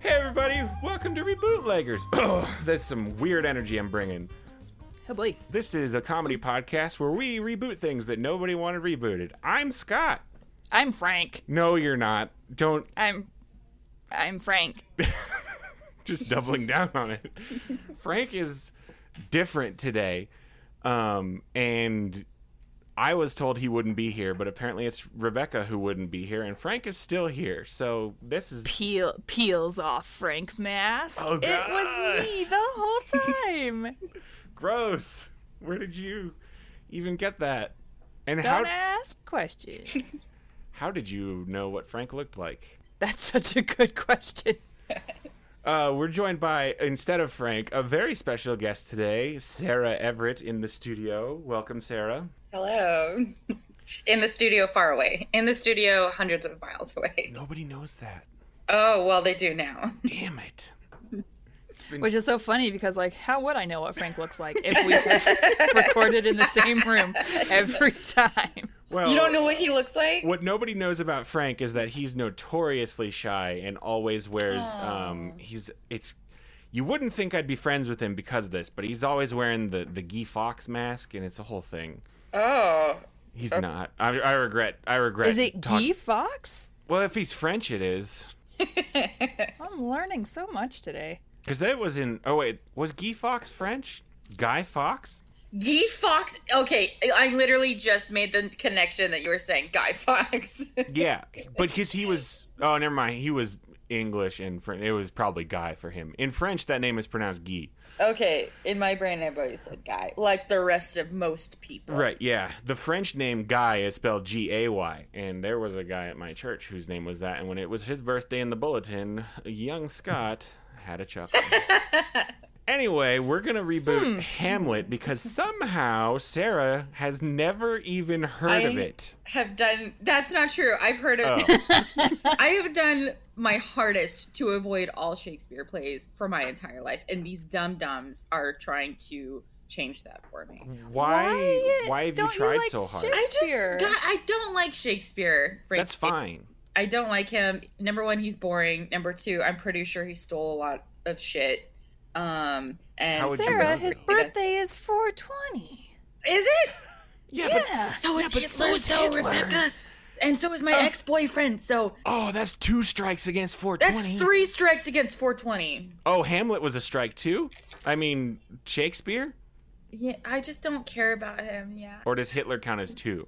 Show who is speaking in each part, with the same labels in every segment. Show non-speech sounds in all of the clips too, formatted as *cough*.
Speaker 1: Hey everybody, welcome to Rebootleggers. *clears throat* Oh, that's some weird energy I'm bringing.
Speaker 2: Oh boy.
Speaker 1: This is a comedy podcast where we reboot things that nobody wanted rebooted. I'm Scott.
Speaker 2: I'm Frank.
Speaker 1: No, you're not. Don't
Speaker 2: I'm I'm Frank. *laughs*
Speaker 1: just doubling down on it. Frank is different today. Um, and I was told he wouldn't be here, but apparently it's Rebecca who wouldn't be here, and Frank is still here. So this is
Speaker 2: *laughs* Peel peels off Frank mask.
Speaker 1: Oh,
Speaker 2: It
Speaker 1: God.
Speaker 2: was me the
Speaker 1: *laughs*
Speaker 2: whole time.
Speaker 1: gross. Where did you even get that? And how
Speaker 2: Don't ask questions. *laughs*
Speaker 1: how did you know what Frank looked like?
Speaker 2: That's such a good question.
Speaker 1: Uh, we're joined by instead of Frank, a very special guest today, Sarah Everett in the studio. Welcome, Sarah.
Speaker 3: Hello. In the studio far away. In the studio hundreds of miles away.
Speaker 1: Nobody knows that.
Speaker 3: Oh, well, they do now.
Speaker 1: *laughs*
Speaker 3: *laughs*
Speaker 1: Damn it.
Speaker 2: Which is so funny because like how would I know what Frank looks like if we
Speaker 3: *laughs*
Speaker 2: had recorded in the same room every time?
Speaker 1: Well,
Speaker 3: You don't know *laughs* what he looks like?
Speaker 1: what nobody knows about Frank is that he's notoriously shy and always wears um he's it's you wouldn't think I'd be friends with him because of this, but he's always wearing the the Guy Fox mask and it's a whole thing.
Speaker 3: Oh.
Speaker 1: He's not. I, I regret. I regret.
Speaker 2: Is it
Speaker 1: talk-
Speaker 2: Guy Fox?
Speaker 1: Well, if he's French, it is.
Speaker 2: I'm learning so much today.
Speaker 1: Because that was in. Oh wait, was Guy Fox French? Guy Fox?
Speaker 3: Guy Fox. Okay, I literally just made the connection that you were saying, Guy Fox.
Speaker 1: Yeah, but because he was. Oh, never mind. He was English and French. It was probably Guy for him. In French, that name is pronounced Guy.
Speaker 3: *laughs* okay, in my brain, I've always said Guy, like the rest of most people.
Speaker 1: Right. Yeah, the French name Guy is spelled G A Y, and there was a guy at my church whose name was that. And when it was his birthday in the bulletin, young Scott had a *laughs* chuckle. Anyway, we're going to reboot Hamlet because somehow Sarah has never even heard of
Speaker 3: I-
Speaker 1: it.
Speaker 3: Have done. That's not true. I've heard of.
Speaker 1: Oh.
Speaker 3: *laughs* I have done my hardest to avoid all Shakespeare plays for my entire life, and these dum dums are trying to change that for me.
Speaker 1: Mm. Why why have you
Speaker 2: don't you
Speaker 1: tried
Speaker 2: like
Speaker 1: so hard?
Speaker 2: Shakespeare?
Speaker 3: I just
Speaker 2: Shakespeare.
Speaker 3: God, I don't like Shakespeare. Frank.
Speaker 1: That's fine.
Speaker 3: I don't like him. Number one, he's boring. Number two, I'm pretty sure he stole a lot of shit. Um, and
Speaker 1: How would you
Speaker 2: Sarah,
Speaker 1: know
Speaker 2: his
Speaker 1: that?
Speaker 2: birthday is 420.
Speaker 3: is it?
Speaker 1: Yeah,
Speaker 2: Yeah.
Speaker 3: So is Hitler's though, Rebecca. And so is my ex boyfriend. So
Speaker 1: Oh, that's two strikes against 420.
Speaker 3: that's three strikes against 420.
Speaker 1: Oh, Hamlet was a strike too? I mean, Shakespeare?
Speaker 3: Yeah, I just don't care about him. Yeah,
Speaker 1: Or does Hitler count as two?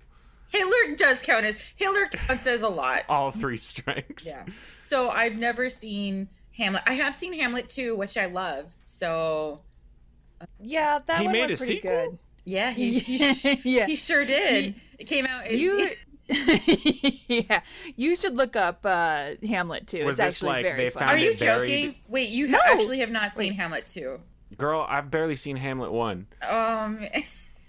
Speaker 3: Hitler does count as Hitler counts as a lot.
Speaker 1: All three *laughs* strikes.
Speaker 3: Yeah. So I've never seen Hamlet. I have seen Hamlet too, which I love. So
Speaker 2: Yeah, that
Speaker 1: He
Speaker 2: one
Speaker 1: made
Speaker 2: was
Speaker 1: a
Speaker 2: pretty
Speaker 1: sequel?
Speaker 2: good.
Speaker 3: yeah, he he,
Speaker 2: Yeah.
Speaker 3: he sure did. It came out. It,
Speaker 2: You, *laughs* yeah, you should look up uh, Hamlet too.
Speaker 1: Was
Speaker 2: it's
Speaker 1: this
Speaker 2: actually
Speaker 1: like
Speaker 2: very
Speaker 1: they
Speaker 2: fun.
Speaker 1: found-
Speaker 3: are
Speaker 1: and
Speaker 3: you
Speaker 1: it buried-
Speaker 3: joking? Wait, you
Speaker 2: No.
Speaker 3: actually have not seen Hamlet too.
Speaker 1: Girl, I've barely seen Hamlet 1.
Speaker 3: Um, *laughs*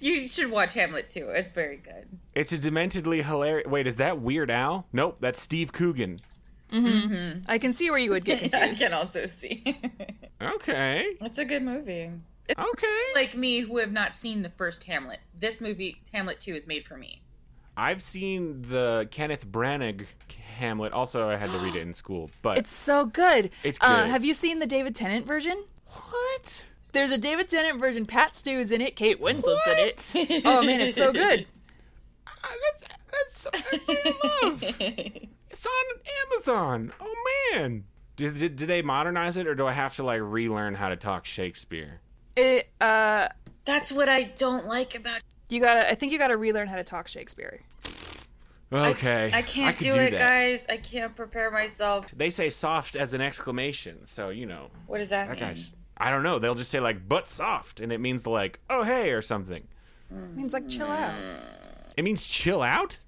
Speaker 3: you should watch Hamlet too. It's very good.
Speaker 1: It's a dementedly hilarious. Wait, is that Weird Al? Nope, that's Steve Coogan.
Speaker 2: I can see where you
Speaker 3: *laughs*
Speaker 2: would get
Speaker 3: I
Speaker 2: confused.
Speaker 3: can also see. *laughs*
Speaker 1: Okay.
Speaker 3: it's a good movie.
Speaker 1: Okay.
Speaker 3: Like me, who have not seen the first Hamlet, this movie Hamlet Two is made for me.
Speaker 1: I've seen the Kenneth Branagh Hamlet. Also, I had to read it in school, but
Speaker 2: It's so good.
Speaker 1: It's
Speaker 2: Uh,
Speaker 1: good.
Speaker 2: have you seen the David Tennant version?
Speaker 1: what?
Speaker 2: There's a David Tennant version. Pat Stew's in it. Kate Winslet's in it. Oh man, it's
Speaker 3: *laughs*
Speaker 2: so good.
Speaker 1: Ah, that's that's I
Speaker 3: *laughs*
Speaker 1: love. It's on Amazon. Oh man. Did, did, did they modernize it, or do I have to like relearn how to talk Shakespeare?
Speaker 2: It, uh,
Speaker 3: That's what I don't like about.
Speaker 2: you gotta. I think you gotta relearn how to talk Shakespeare.
Speaker 1: Okay.
Speaker 3: I can't
Speaker 1: could
Speaker 3: do, it,
Speaker 1: that.
Speaker 3: guys. I can't prepare myself.
Speaker 1: They say soft as an exclamation, so you know.
Speaker 3: What does that
Speaker 1: That
Speaker 3: mean?
Speaker 1: guy's. I don't know. They'll just say like "but soft," and it means like "oh hey" or something.
Speaker 2: It means like chill out.
Speaker 3: Mm.
Speaker 1: It means chill out.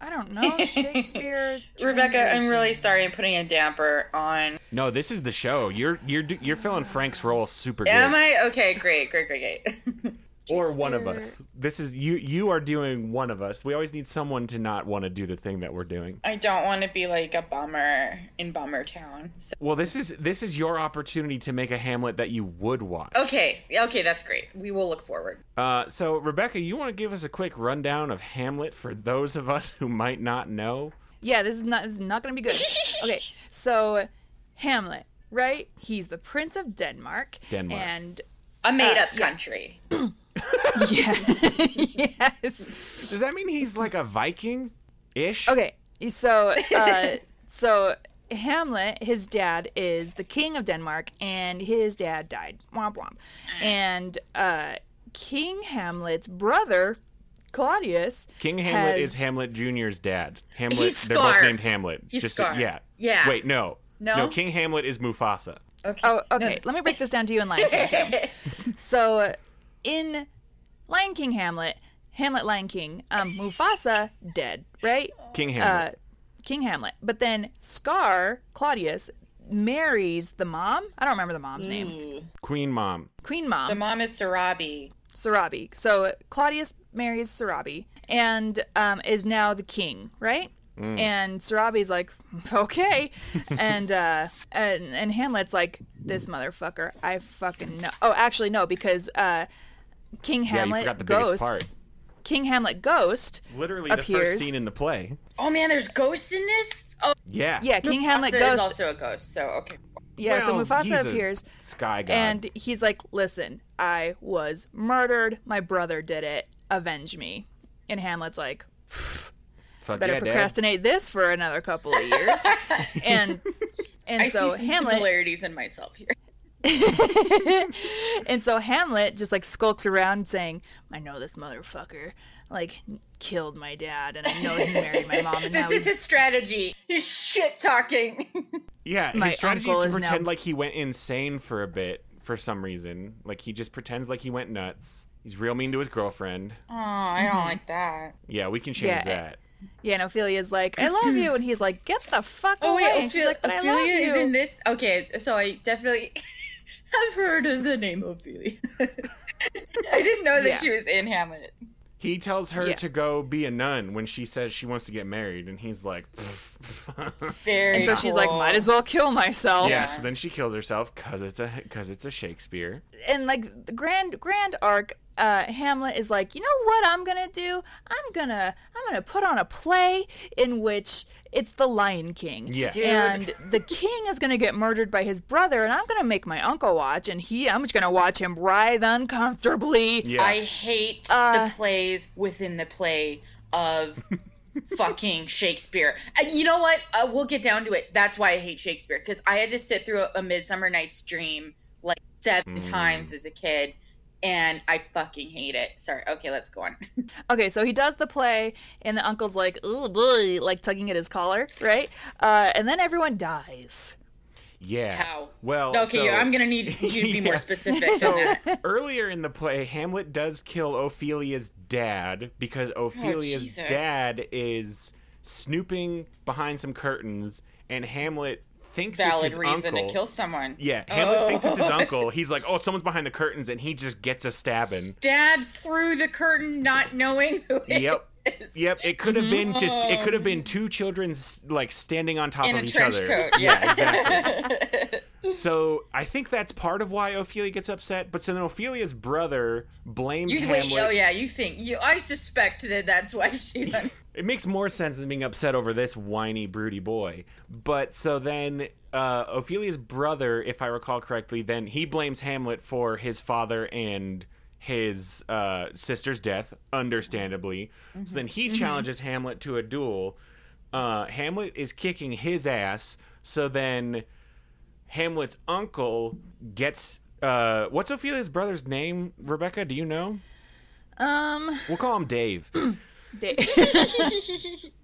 Speaker 2: I don't
Speaker 3: *laughs*
Speaker 2: know Shakespeare.
Speaker 3: Rebecca, I'm
Speaker 2: translation.
Speaker 3: really sorry. I'm putting a damper on.
Speaker 1: No, this is the show. You're you're do- you're filling Frank's role super good.
Speaker 3: Am I okay? Great, great, great, *laughs* great.
Speaker 1: or one of us. This is you. You are doing one of us. We always need someone to not want to do the thing that we're doing.
Speaker 3: I don't want to be like a bummer in Bummer Town. So,
Speaker 1: Well, this is this is your opportunity to make a Hamlet that you would watch.
Speaker 3: okay, okay, that's great. We will look forward.
Speaker 1: Uh, so Rebecca, you want to give us a quick rundown of Hamlet for those of us who might not know?
Speaker 2: Yeah, this is not this is not gonna be good. Okay, so Hamlet, right? He's the Prince of Denmark.
Speaker 1: Denmark.
Speaker 2: And *laughs*
Speaker 3: A
Speaker 2: Uh,
Speaker 3: made up country.
Speaker 2: yeah. yes.
Speaker 1: Does that mean he's like a Viking ish?
Speaker 2: Okay. So, uh, so Hamlet, his dad is the king of Denmark, and his dad died. Womp womp. And uh, King Hamlet's brother, Claudius.
Speaker 1: King Hamlet
Speaker 2: has-
Speaker 1: is Hamlet Jr.'s dad. Hamlet.
Speaker 3: He's
Speaker 1: they're both
Speaker 3: Scar.
Speaker 1: named Hamlet.
Speaker 3: He's
Speaker 1: Just so-
Speaker 3: Scar.
Speaker 1: yeah.
Speaker 3: Yeah.
Speaker 1: Wait, no.
Speaker 3: No?
Speaker 1: No, King Hamlet is Mufasa.
Speaker 3: Okay.
Speaker 2: Oh, okay. Let me break this down to you in Lion King
Speaker 3: *laughs*
Speaker 2: terms. So, uh, in Lion King Hamlet, Hamlet Lion King, um, Mufasa dead, right?
Speaker 1: King
Speaker 2: Uh,
Speaker 1: Hamlet.
Speaker 2: King Hamlet. But then Scar Claudius marries the mom. I don't remember the mom's name.
Speaker 1: Queen Mom.
Speaker 2: Queen mom.
Speaker 3: the mom is Sarabi.
Speaker 2: Sarabi. So Claudius marries Sarabi and um, is now the king, right?
Speaker 1: Mm.
Speaker 2: And Sarabi's like, okay, and uh, and and Hamlet's like, this motherfucker, I fucking know. Oh, actually no, because uh, King
Speaker 1: yeah,
Speaker 2: Hamlet
Speaker 1: you forgot the biggest
Speaker 2: Ghost,
Speaker 1: part.
Speaker 2: King Hamlet Ghost,
Speaker 1: Literally the
Speaker 2: appears.
Speaker 1: first scene in the play.
Speaker 3: Oh man, there's ghosts in this? Oh,
Speaker 1: Yeah.
Speaker 2: yeah, King Hamlet
Speaker 3: Mufasa is
Speaker 2: Ghost,
Speaker 3: also a ghost, so okay.
Speaker 2: yeah. so
Speaker 1: Well,
Speaker 2: Mufasa
Speaker 1: he's a
Speaker 2: appears.
Speaker 1: Sky god.
Speaker 2: And he's like, listen, I was murdered. My brother did it. Avenge me. And Hamlet's like,
Speaker 1: Fuck
Speaker 2: better
Speaker 1: yeah, Dad.
Speaker 2: procrastinate this for another couple of
Speaker 1: *laughs*
Speaker 2: years. and and
Speaker 3: I
Speaker 2: so
Speaker 3: see some
Speaker 2: Hamlet
Speaker 3: similarities in myself here.
Speaker 2: *laughs* and so Hamlet just like skulks around saying, I know this motherfucker like killed my dad and I know he married my mom
Speaker 3: *laughs*
Speaker 2: and now
Speaker 3: This is his strategy. He's shit talking. *laughs*
Speaker 1: Yeah,
Speaker 2: My
Speaker 1: his strategy is
Speaker 2: uncle
Speaker 1: to
Speaker 2: is now-
Speaker 1: pretend like he went insane for a bit for some reason. Like he just pretends like he went nuts. He's real mean to his girlfriend.
Speaker 3: Oh, I don't like that.
Speaker 1: Yeah, we can change
Speaker 2: Yeah.
Speaker 1: that.
Speaker 2: Yeah, and Ophelia's like, I love you and he's like, Get the fuck
Speaker 3: Oh,
Speaker 2: away and she's
Speaker 3: Ophelia-
Speaker 2: like, Oh, But I love
Speaker 3: Ophelia
Speaker 2: you
Speaker 3: is in this. Okay, so I definitely *laughs* have heard of the name Ophelia. *laughs* I didn't know that
Speaker 2: Yeah.
Speaker 3: she was in Hamlet.
Speaker 1: He tells her
Speaker 2: Yeah.
Speaker 1: to go be a nun when she says she wants to get married, and he's like, *laughs*
Speaker 3: Very.
Speaker 2: And so she's like,
Speaker 3: cool.
Speaker 2: Might as well kill
Speaker 3: Oh.
Speaker 2: myself.
Speaker 1: "Yeah." So then she kills herself because it's a because it's a Shakespeare.
Speaker 2: and like the grand grand arc uh, Hamlet is like, you know what I'm gonna do? I'm gonna I'm gonna put on a play in which it's the Lion King,
Speaker 1: Yeah. Dude.
Speaker 2: and the king is gonna get murdered by his brother, and I'm gonna make my uncle watch, and he I'm just gonna watch him writhe uncomfortably.
Speaker 1: Yeah,
Speaker 3: I hate the plays within the play of *laughs* fucking Shakespeare. And you know what? Uh, we'll get down to it. That's why I hate Shakespeare because I had to sit through a, a Midsummer Night's Dream like seven
Speaker 1: Mm.
Speaker 3: times as a kid, and I fucking hate it. Sorry. Okay, let's go on.
Speaker 2: Okay, so he does the play, and the uncle's like, "Ooh, boy," like tugging at his collar, right? Uh, and then everyone dies.
Speaker 1: yeah.
Speaker 3: How?
Speaker 1: Well,
Speaker 3: Okay,
Speaker 1: Oh, so-
Speaker 3: I'm gonna need
Speaker 1: *laughs*
Speaker 3: you to be more
Speaker 1: Yeah.
Speaker 3: specific *laughs*
Speaker 1: So
Speaker 3: than that.
Speaker 1: earlier in the play, Hamlet does kill Ophelia's dad because Ophelia's
Speaker 3: Oh, Jesus.
Speaker 1: dad is snooping behind some curtains, and Hamlet thinks
Speaker 3: Valid
Speaker 1: it's his
Speaker 3: reason
Speaker 1: uncle.
Speaker 3: to kill someone.
Speaker 1: Yeah, Hamlet
Speaker 3: Oh.
Speaker 1: thinks it's his uncle. He's like, "Oh, someone's behind the curtains," and he just gets a stabbing.
Speaker 3: Dabs through the curtain, not knowing who. *laughs* it
Speaker 1: Yep.
Speaker 3: is. Um,
Speaker 1: Yep, it could have been just it could have been two children s- like standing on top
Speaker 3: In
Speaker 1: of
Speaker 3: a
Speaker 1: each
Speaker 3: trench
Speaker 1: other.
Speaker 3: coat,
Speaker 1: Yeah,
Speaker 3: *laughs*
Speaker 1: exactly. so I think that's part of why Ophelia gets upset. But so then Ophelia's brother blames
Speaker 3: You
Speaker 1: Hamlet.
Speaker 3: wait, oh yeah, you think you? I suspect that that's why *laughs* she's. Un-
Speaker 1: It makes more sense than being upset over this whiny, broody boy. But so then uh, Ophelia's brother, if I recall correctly, then he blames Hamlet for his father and his uh, sister's death, understandably. So then he challenges Hamlet to a duel. Uh, Hamlet is kicking his ass. So then Hamlet's uncle gets. Uh, what's Ophelia's brother's name, Rebecca? Do you know?
Speaker 2: Um,
Speaker 1: We'll call him Dave.
Speaker 2: da-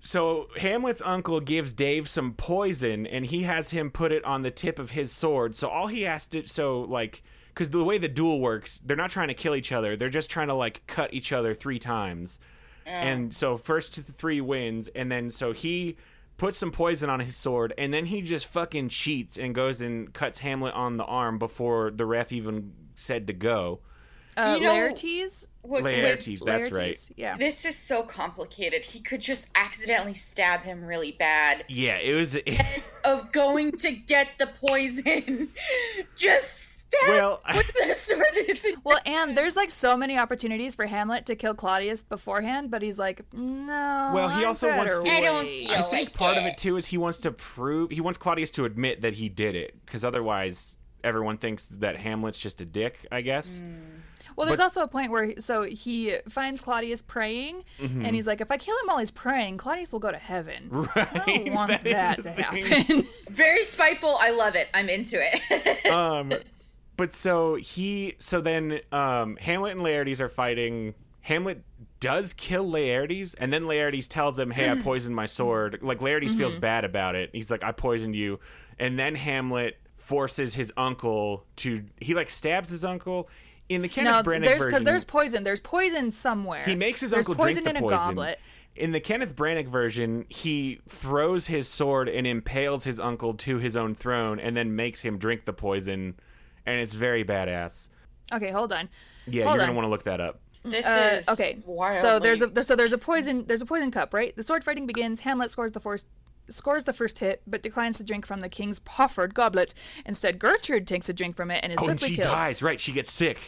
Speaker 1: So Hamlet's uncle gives Dave some poison, and he has him put it on the tip of his sword. So all he has to, so like, because the way the duel works, they're not trying to kill each other; they're just trying to like cut each other three times. And so first to the three wins, and then so he puts some poison on his sword, and then he just fucking cheats and goes and cuts Hamlet on the arm before the ref even said to go.
Speaker 2: *laughs* uh,
Speaker 3: *laughs* You know-
Speaker 2: Laertes.
Speaker 3: What- what-
Speaker 1: Laertes, that's right.
Speaker 2: Laertes, Yeah.
Speaker 3: This is so complicated. He could just accidentally stab him really bad.
Speaker 1: Yeah, it was. *laughs*
Speaker 3: Of going to get the poison, *laughs* just Dad,
Speaker 1: Well,
Speaker 3: with the sword that's in
Speaker 2: Well, and there's like so many opportunities for Hamlet to kill Claudius beforehand, but he's like, no.
Speaker 1: Well, he
Speaker 2: I
Speaker 1: also wants
Speaker 2: better
Speaker 1: to-
Speaker 3: I don't
Speaker 2: wait."
Speaker 1: I
Speaker 3: feel
Speaker 1: think
Speaker 3: like
Speaker 1: part of it too is he wants to prove he wants Claudius to admit that he did it because otherwise everyone thinks that Hamlet's just a dick. I guess.
Speaker 2: Mm.
Speaker 1: *laughs*
Speaker 2: Well, there's
Speaker 1: But-
Speaker 2: also a point where he- so he finds Claudius praying, and he's like, if I kill him while he's praying, Claudius will go to heaven. I
Speaker 1: Mm-hmm. *laughs* Right?
Speaker 2: don't want
Speaker 1: is
Speaker 2: that,
Speaker 1: the
Speaker 2: to
Speaker 1: thing.
Speaker 2: happen.
Speaker 3: Very spiteful. I love it. I'm into
Speaker 2: *laughs*
Speaker 3: it.
Speaker 1: um, but so he, so then um, Hamlet and Laertes are fighting. Hamlet does kill Laertes, and then Laertes tells him,
Speaker 2: *laughs*
Speaker 1: "Hey, I poisoned my sword." Like Laertes
Speaker 2: Mm-hmm.
Speaker 1: feels bad about it. He's like, "I poisoned you," and then Hamlet forces his uncle to. He like stabs his uncle in the Kenneth
Speaker 2: no,
Speaker 1: Branagh
Speaker 2: there's
Speaker 1: version.
Speaker 2: because there's poison. There's poison somewhere.
Speaker 1: He makes his
Speaker 2: there's
Speaker 1: uncle drink
Speaker 2: poison
Speaker 1: the
Speaker 2: in a
Speaker 1: poison.
Speaker 2: goblet.
Speaker 1: In the Kenneth Branagh version, he throws his sword and impales his uncle to his own throne, and then makes him drink the poison, and it's very badass.
Speaker 2: Okay, hold on.
Speaker 1: Yeah,
Speaker 2: Hold
Speaker 1: you're
Speaker 2: on.
Speaker 1: gonna want to look that up.
Speaker 3: this
Speaker 2: Uh,
Speaker 3: is
Speaker 2: okay.
Speaker 3: Wild
Speaker 2: So there's a so there's a poison there's a poison cup, right? The sword fighting begins. Hamlet scores the first scores the first hit, but declines to drink from the king's proffered goblet. Instead, Gertrude takes a drink from it and is
Speaker 1: Oh, and
Speaker 2: swiftly
Speaker 1: she
Speaker 2: killed.
Speaker 1: dies. Right, she gets sick.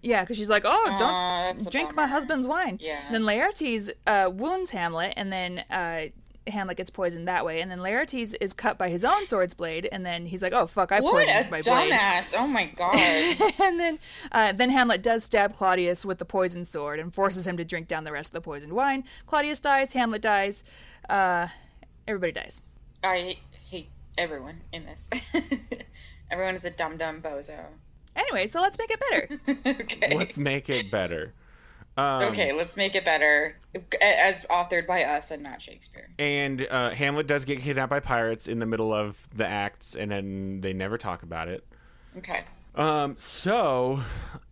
Speaker 2: Yeah, because she's like, oh, don't
Speaker 3: Aw, that's a
Speaker 2: drink my
Speaker 3: bummer.
Speaker 2: husband's wine.
Speaker 3: Yeah.
Speaker 2: And then Laertes uh, wounds Hamlet, and then uh, Hamlet gets poisoned that way. And then Laertes is cut by his own sword's blade, and then he's like, oh fuck, I
Speaker 3: what
Speaker 2: poisoned
Speaker 3: a
Speaker 2: my
Speaker 3: dumbass. Oh my
Speaker 2: *laughs*
Speaker 3: god.
Speaker 2: blade. *laughs* and then uh, then Hamlet does stab Claudius with the poison sword and forces him to drink down the rest of the poisoned wine. Claudius dies. Hamlet dies. Uh, everybody dies.
Speaker 3: I hate everyone in this. *laughs* everyone is a dumb dumb bozo. *laughs*
Speaker 2: Anyway, so let's make it better.
Speaker 3: okay.
Speaker 1: Let's make it better. Um,
Speaker 3: okay, let's make it better as authored by us and not Shakespeare.
Speaker 1: And uh, Hamlet does get kidnapped by pirates in the middle of the acts, and then they never talk about it.
Speaker 3: Okay.
Speaker 1: Um, so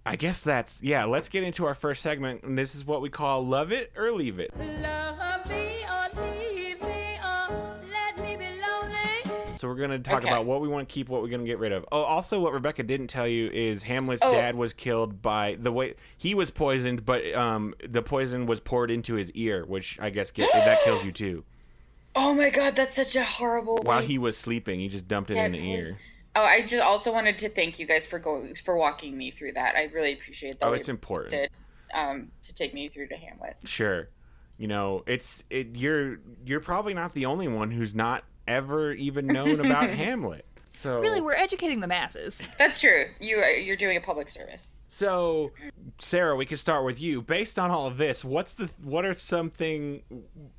Speaker 1: I guess that's yeah. Let's get into our first segment, and this is what we call "Love It or Leave It."
Speaker 4: Love me or leave me
Speaker 3: uh,
Speaker 4: or let me be lonely.
Speaker 1: So we're gonna talk
Speaker 3: Okay.
Speaker 1: about what we want to keep, what we're gonna get rid of. Oh, also, what Rebecca didn't tell you is Hamlet's
Speaker 3: Oh.
Speaker 1: dad was killed by the way he was poisoned, but um, the poison was poured into his ear, which I guess get,
Speaker 3: *gasps*
Speaker 1: that kills you too.
Speaker 3: Oh my god, that's such a horrible.
Speaker 1: While
Speaker 3: way-
Speaker 1: he was sleeping, he just dumped it
Speaker 3: Yeah,
Speaker 1: in the
Speaker 3: please.
Speaker 1: ear.
Speaker 3: Oh, I just also wanted to thank you guys for going for walking me through that. I really appreciate that.
Speaker 1: Oh,
Speaker 3: we
Speaker 1: it's important.
Speaker 3: did, um to take me through to Hamlet.
Speaker 1: Sure, you know it's it. You're you're probably not the only one who's not ever even known
Speaker 3: *laughs*
Speaker 1: about Hamlet. So
Speaker 2: really, we're educating the masses.
Speaker 3: That's true. You are, you're doing a public service.
Speaker 1: So, Sarah, we can start with you. Based on all of this, what's the what are something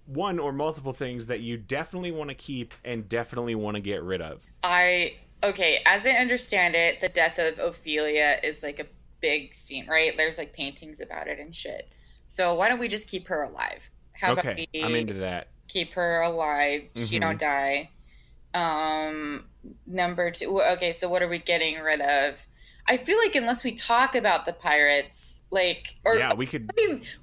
Speaker 1: one or multiple things that you definitely want to keep and definitely want to get rid of?
Speaker 3: I okay, as I understand it, the death of Ophelia is like a big scene, right? There's like paintings about it and shit. So why don't we just keep her alive? How
Speaker 1: Okay,
Speaker 3: about we
Speaker 1: I'm into that.
Speaker 3: keep her alive? She
Speaker 1: Mhm.
Speaker 3: don't die. Um, number two. Okay, so what are we getting rid of? I feel like unless we talk about the pirates, like, or
Speaker 1: Yeah, we could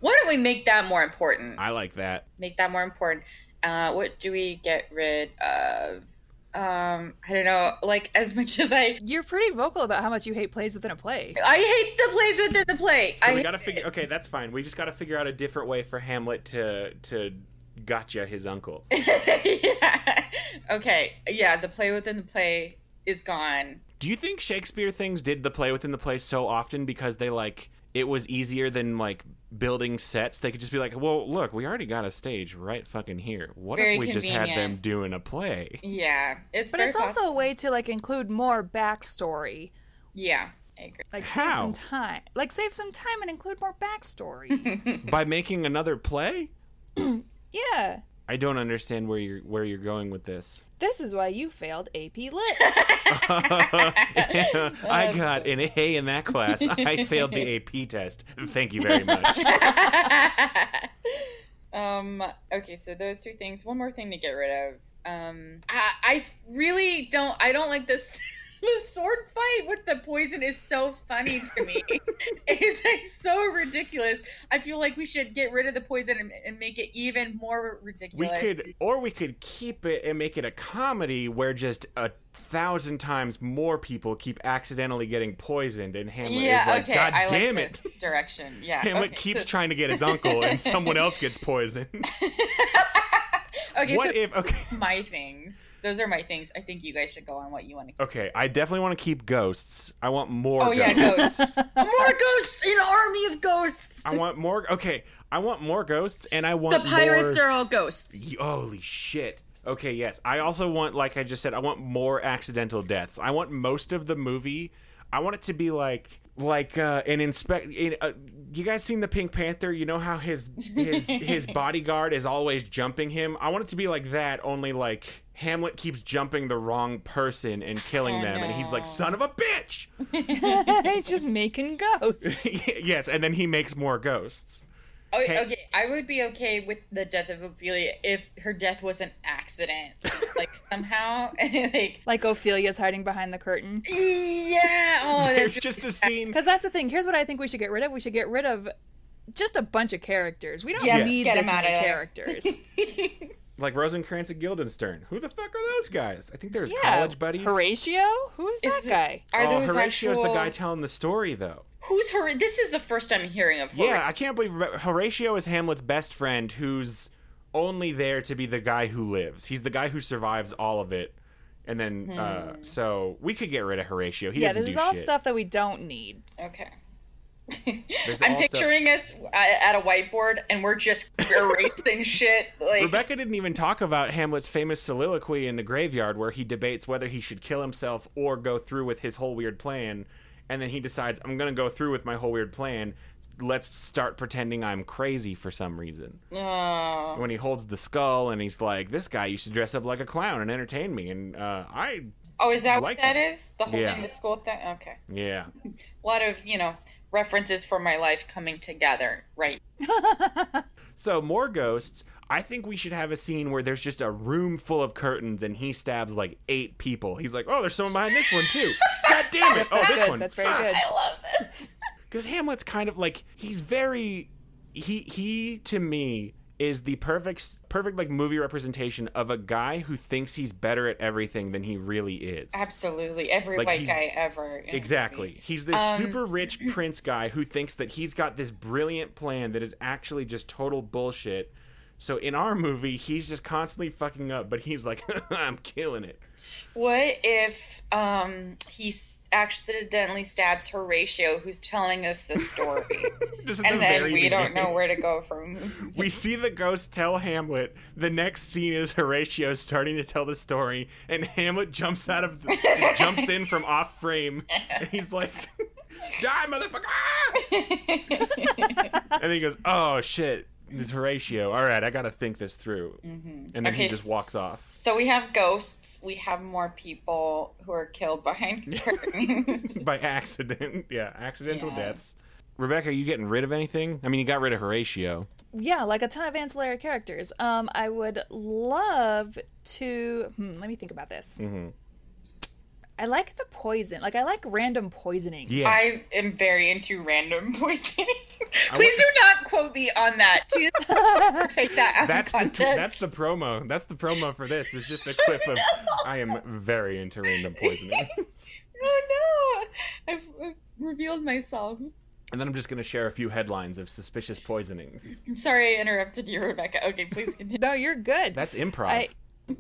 Speaker 3: why don't we make that more important?
Speaker 1: I like that.
Speaker 3: make that more important. Uh, what do we get rid of? Um, I don't know. Like as *laughs* much as I,
Speaker 2: You're pretty vocal about how much you hate plays within a play.
Speaker 3: I hate the plays within the play.
Speaker 1: So
Speaker 3: I
Speaker 1: we got to figure Okay, that's fine. We just got to figure out a different way for Hamlet to to gotcha his uncle.
Speaker 3: *laughs* yeah. Okay. Yeah, the play within the play is gone.
Speaker 1: Do you think Shakespeare things did the play within the play so often because they like it was easier than like building sets? They could just be like, "Well, look, we already got a stage right fucking here. What
Speaker 3: Very
Speaker 1: if we just had them
Speaker 3: convenient.
Speaker 1: doing a
Speaker 3: *laughs*
Speaker 1: play?"
Speaker 3: Yeah, it's
Speaker 2: But
Speaker 3: very
Speaker 2: it's also
Speaker 3: possible.
Speaker 2: a way to like include more backstory.
Speaker 3: yeah. I agree.
Speaker 2: Like
Speaker 1: How?
Speaker 2: save some time. Like save some time and include more
Speaker 3: *laughs*
Speaker 2: backstory.
Speaker 1: By making another play?
Speaker 2: yeah.
Speaker 1: I don't understand where you're where you're going with
Speaker 3: *laughs*
Speaker 1: this. *laughs*
Speaker 2: This is why you failed AP Lit.
Speaker 1: I got an A in that class. I failed the AP test. Thank you very much. *laughs*
Speaker 3: *laughs* Um. Okay. So those three things. One more thing to get rid of. Um. I, I really don't. I don't like this. *laughs* The sword fight with the poison is so funny to
Speaker 1: *laughs*
Speaker 3: me. *laughs* it's like so ridiculous. I feel like we should get rid of the poison and, and make it even more
Speaker 1: We
Speaker 3: ridiculous.
Speaker 1: could, or we could keep it and make it a comedy where just a thousand times more people keep accidentally getting poisoned, and Hamlet
Speaker 3: Yeah.
Speaker 1: is like,
Speaker 3: okay.
Speaker 1: "God
Speaker 3: I
Speaker 1: damn
Speaker 3: like
Speaker 1: it!"
Speaker 3: This direction.
Speaker 1: *laughs*
Speaker 3: Yeah.
Speaker 1: Hamlet
Speaker 3: okay,
Speaker 1: keeps
Speaker 3: so- *laughs*
Speaker 1: trying to get his uncle, and someone else gets poisoned.
Speaker 3: Okay,
Speaker 1: *laughs* what
Speaker 3: so
Speaker 1: if okay
Speaker 3: my things. Those are my things. I think you guys should go on what you want to keep.
Speaker 1: okay i definitely want to keep ghosts i want more
Speaker 3: Oh
Speaker 1: ghosts.
Speaker 3: yeah, ghosts. *laughs*
Speaker 1: *laughs*
Speaker 3: More ghosts. An army of ghosts.
Speaker 1: i want more okay i want more ghosts and i want
Speaker 3: The pirates
Speaker 1: more-
Speaker 3: are all ghosts.
Speaker 1: holy shit okay yes i also want like i just said i want more accidental deaths i want most of the movie i want it to be like like uh an inspect in, uh, you guys seen the pink panther you know how his his his bodyguard is always jumping him i want it to be like that only like hamlet keeps jumping the wrong person and killing
Speaker 3: Oh,
Speaker 1: them and he's like
Speaker 3: no.
Speaker 1: son of a bitch
Speaker 2: *laughs*
Speaker 1: *laughs*
Speaker 2: It's just making ghosts.
Speaker 1: yes and then he makes more ghosts
Speaker 3: Oh,
Speaker 1: Hey.
Speaker 3: okay, I would be okay with the death of Ophelia if her death was an accident,
Speaker 1: *laughs*
Speaker 3: like somehow, *laughs* like
Speaker 2: Like Ophelia's hiding behind the curtain.
Speaker 3: yeah. Oh,
Speaker 1: there's
Speaker 3: that's
Speaker 1: just a scene
Speaker 2: Because that's the thing. Here's what I think we should get rid of. We should get rid of just a bunch of characters. We don't
Speaker 3: Yeah,
Speaker 2: need
Speaker 3: get
Speaker 2: this
Speaker 3: 'em outta
Speaker 2: many
Speaker 3: there. *laughs*
Speaker 2: characters.
Speaker 1: like rosencrantz and guildenstern who the fuck are those guys i think there's
Speaker 2: yeah.
Speaker 1: college buddies
Speaker 2: Horatio? Who's that
Speaker 3: Is it-
Speaker 2: guy?
Speaker 3: Are
Speaker 1: oh,
Speaker 3: those
Speaker 1: Horatio's
Speaker 3: actual...
Speaker 1: the guy telling the story, though.
Speaker 3: Who's her? This is the first I'm hearing of. Her.
Speaker 1: Yeah, I can't believe Hor- Horatio is Hamlet's best friend, who's only there to be the guy who lives. He's the guy who survives all of it, and then uh, so we could get rid of Horatio. He
Speaker 2: Hmm. Yeah,
Speaker 1: doesn't
Speaker 2: this is
Speaker 1: do
Speaker 2: all
Speaker 1: shit.
Speaker 2: stuff that we don't need.
Speaker 3: Okay.
Speaker 1: There's
Speaker 3: *laughs* I'm
Speaker 1: also-
Speaker 3: picturing us at at a whiteboard and we're just *laughs* erasing shit. Like
Speaker 1: Rebecca didn't even talk about Hamlet's famous soliloquy in the graveyard, where he debates whether he should kill himself or go through with his whole weird plan, and then he decides, "I'm going to go through with my whole weird plan. Let's start pretending I'm crazy for some reason."
Speaker 3: Oh.
Speaker 1: when he holds the skull and he's like, "This guy used to dress up like a clown and entertain me," and uh, I,
Speaker 3: oh, is that
Speaker 1: Like
Speaker 3: what that is? The whole
Speaker 1: Yeah.
Speaker 3: thing, the school thing. Okay,
Speaker 1: yeah,
Speaker 3: a lot of you know references from my life coming together. Right.
Speaker 1: so more ghosts. I think we should have a scene where there's just a room full of curtains and he stabs like eight people. He's like, "Oh, there's someone behind this one too." God damn it! Oh,
Speaker 2: That's
Speaker 1: this
Speaker 2: good.
Speaker 1: one.
Speaker 2: That's very good.
Speaker 3: I love this.
Speaker 1: Because Hamlet's kind of like he's very he he to me is the perfect perfect like movie representation of a guy who thinks he's better at everything than he really is.
Speaker 3: Absolutely, every
Speaker 1: Like,
Speaker 3: white
Speaker 1: he's-
Speaker 3: guy ever. in a
Speaker 1: Exactly.
Speaker 3: movie.
Speaker 1: He's this
Speaker 3: Um,
Speaker 1: super
Speaker 3: *laughs*
Speaker 1: rich prince guy who thinks that he's got this brilliant plan that is actually just total bullshit. So in our movie, he's just constantly fucking up, but he's like, *laughs* I'm killing it.
Speaker 3: What if um he s- accidentally stabs Horatio, who's telling us the story,
Speaker 1: Just *laughs* at the
Speaker 3: and then
Speaker 1: very
Speaker 3: we don't
Speaker 1: beginning.
Speaker 3: know where to go from? *laughs*
Speaker 1: We see the ghost tell Hamlet. The next scene is Horatio starting to tell the story, and Hamlet jumps out of, the, just jumps in from off frame, and he's like, "Die, motherfucker!" and then he goes, "Oh shit, this Horatio. All right, I gotta think this through." And then he
Speaker 3: Mm-hmm. Okay.
Speaker 1: just walks off. *laughs*
Speaker 3: So we have ghosts. We have more people who are killed
Speaker 1: *laughs*
Speaker 3: behind curtains.
Speaker 1: By accident, yeah, accidental
Speaker 3: Yeah.
Speaker 1: deaths. Rebecca, are you getting rid of anything? I mean, you got rid of Horatio.
Speaker 2: Yeah, like a ton of ancillary characters. Um, I would love to. Hmm, let me think about this.
Speaker 1: Mm-hmm.
Speaker 2: I like the poison. Like I like random poisoning.
Speaker 1: Yeah,
Speaker 3: I am very into random *laughs* poisoning.
Speaker 1: I
Speaker 3: Please
Speaker 1: wa-
Speaker 3: do not quote me on that. Do- Take that out
Speaker 1: *laughs* That's
Speaker 3: of
Speaker 1: the,
Speaker 3: context.
Speaker 1: that's the promo. That's the promo for this. It's just a clip
Speaker 2: *laughs*
Speaker 1: of I am very into random poisoning.
Speaker 3: oh no! I've, I've revealed myself.
Speaker 1: and then I'm just going to share a few headlines of suspicious poisonings.
Speaker 3: I'm sorry I interrupted you, Rebecca. Okay, please continue.
Speaker 2: No, you're good.
Speaker 1: That's improv.
Speaker 2: I,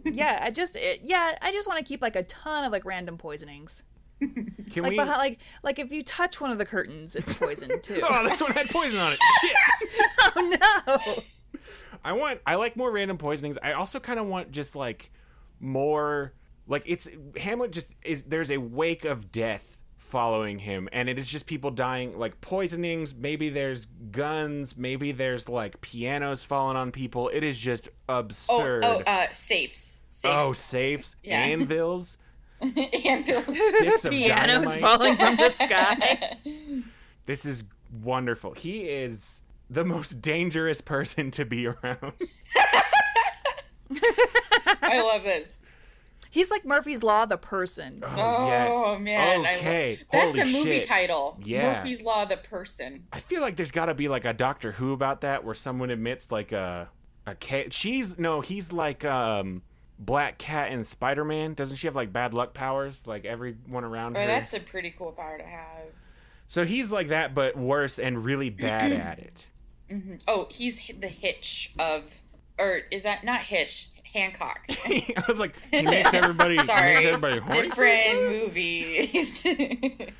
Speaker 2: yeah, I just it, yeah, I just want to keep like a ton of like random poisonings.
Speaker 1: Can
Speaker 2: Like
Speaker 1: we
Speaker 2: behind, like like if you touch one of the curtains,
Speaker 1: *laughs*
Speaker 2: it's poison too. *laughs*
Speaker 1: Oh, this one had poison on it. Shit.
Speaker 2: oh no!
Speaker 1: I want I like more random poisonings. I also kind of want just like more like it's Hamlet just is there's a wake of death following him and it is just people dying like poisonings, maybe there's guns, maybe there's like pianos falling on people. It is just
Speaker 3: Oh,
Speaker 1: absurd.
Speaker 3: oh uh, safes.
Speaker 1: Oh,
Speaker 3: Safes.
Speaker 1: safes,
Speaker 3: Yeah. *laughs*
Speaker 1: anvils, Oh,
Speaker 3: Ambulance.
Speaker 1: sticks of
Speaker 2: Pianos
Speaker 1: dynamite.
Speaker 2: falling from the sky.
Speaker 1: This is wonderful. He is the most dangerous person to be around.
Speaker 3: I love this.
Speaker 2: *laughs* He's like Murphy's Law, the person.
Speaker 1: *laughs*
Speaker 3: Oh,
Speaker 1: yes.
Speaker 3: man. I love-
Speaker 1: Okay.
Speaker 3: That's
Speaker 1: Holy
Speaker 3: a movie
Speaker 1: shit.
Speaker 3: title.
Speaker 1: Yeah.
Speaker 3: Murphy's Law, the person.
Speaker 1: I feel like there's got to be like a Doctor Who about that, where someone admits like a a cat. She's no, he's like um Black Cat and Spider Man. Doesn't she have like bad luck powers? Like everyone around
Speaker 3: Oh,
Speaker 1: her.
Speaker 3: that's a pretty cool power to have.
Speaker 1: So he's like that, but worse and really bad
Speaker 3: *laughs*
Speaker 1: at it. *laughs*
Speaker 3: Oh, he's hi- the hitch of, or is that not hitch?
Speaker 1: *laughs*
Speaker 3: Hancock.
Speaker 1: I was like,
Speaker 3: *laughs*
Speaker 1: he makes everybody, he makes
Speaker 3: Sorry,
Speaker 1: everybody horny.
Speaker 3: different movies, *laughs* different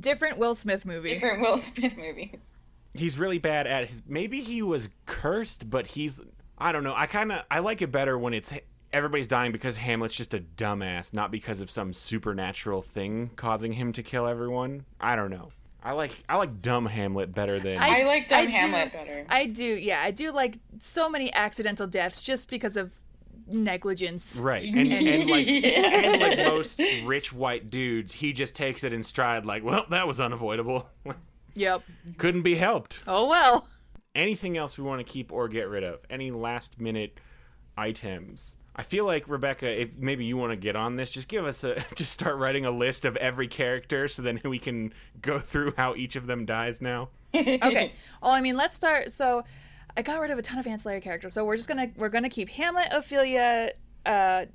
Speaker 2: Different Will Smith movie.
Speaker 3: Will Smith movies.
Speaker 1: He's really bad at his. Maybe he was cursed, but he's. I don't know. I kind of I like it better when it's everybody's dying because Hamlet's just a dumbass, not because of some supernatural thing causing him to kill everyone. I don't know. I like I like dumb Hamlet better than
Speaker 3: I like Dumb
Speaker 2: do-
Speaker 3: Hamlet better.
Speaker 2: I do, yeah, I do like so many accidental deaths just because of negligence.
Speaker 1: Right. And, and like
Speaker 3: *laughs* Yeah.
Speaker 1: and like most rich white dudes, he just takes it in stride like, well, that was unavoidable. *laughs*
Speaker 2: Yep.
Speaker 1: Couldn't be helped.
Speaker 2: Oh
Speaker 3: *laughs*
Speaker 2: well.
Speaker 1: Anything else we want to keep or get rid of? Any last minute items? I feel like Rebecca, if maybe you want to get on this, just give us a *laughs* just start writing a list of every character so then we can go through how each of them dies now.
Speaker 2: Okay. well, I mean, let's start. So, I got rid of a ton of ancillary characters. So we're just gonna we're gonna keep Hamlet, Ophelia, uh,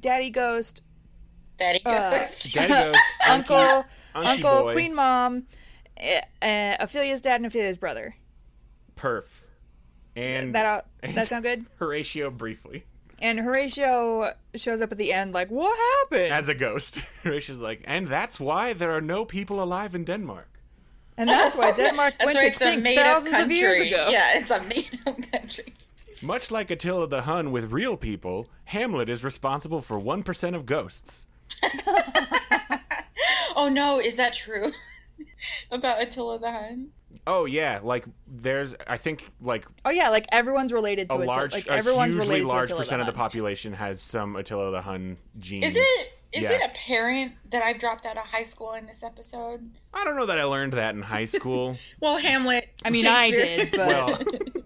Speaker 2: Daddy Ghost,
Speaker 3: Daddy
Speaker 2: Uh,
Speaker 3: goes. *laughs*
Speaker 1: Daddy goes,
Speaker 2: *laughs* Uncle,
Speaker 1: Unky
Speaker 2: Uncle,
Speaker 1: boy.
Speaker 2: Queen Mom, eh, uh, Ophelia's dad, and Ophelia's brother.
Speaker 1: Perf. And
Speaker 2: That out. That sound good?
Speaker 1: Horatio briefly.
Speaker 2: And Horatio shows up at the end, like, what happened?
Speaker 1: as a ghost. *laughs* Horatio's like, and that's why there are no people alive in Denmark.
Speaker 2: and that's why Denmark
Speaker 3: *laughs* That's
Speaker 2: went
Speaker 3: right, it's a
Speaker 2: extinct
Speaker 3: made-up
Speaker 2: thousands of years
Speaker 3: country.
Speaker 2: ago.
Speaker 3: Yeah, it's a made-up *laughs* country.
Speaker 1: Much like Attila the Hun with real people, Hamlet is responsible for 1% of ghosts.
Speaker 3: Oh no, is that true? *laughs* About Attila the Hun?
Speaker 1: Oh, yeah. Like, there's, I think, like,
Speaker 2: Oh yeah, like everyone's related to
Speaker 1: a
Speaker 2: it.
Speaker 1: large,
Speaker 2: like
Speaker 1: a
Speaker 2: everyone's
Speaker 1: hugely
Speaker 2: related
Speaker 1: large
Speaker 2: to Attila
Speaker 1: percent of the
Speaker 2: Hun.
Speaker 1: population has some Attila the Hun genes.
Speaker 3: Is it is
Speaker 1: Yeah.
Speaker 3: it apparent that I've dropped out of high school in this episode?
Speaker 1: I don't know that I learned that in high school.
Speaker 3: Well, Hamlet.
Speaker 2: I mean, I
Speaker 3: Shakespeare.
Speaker 2: did, but
Speaker 1: well,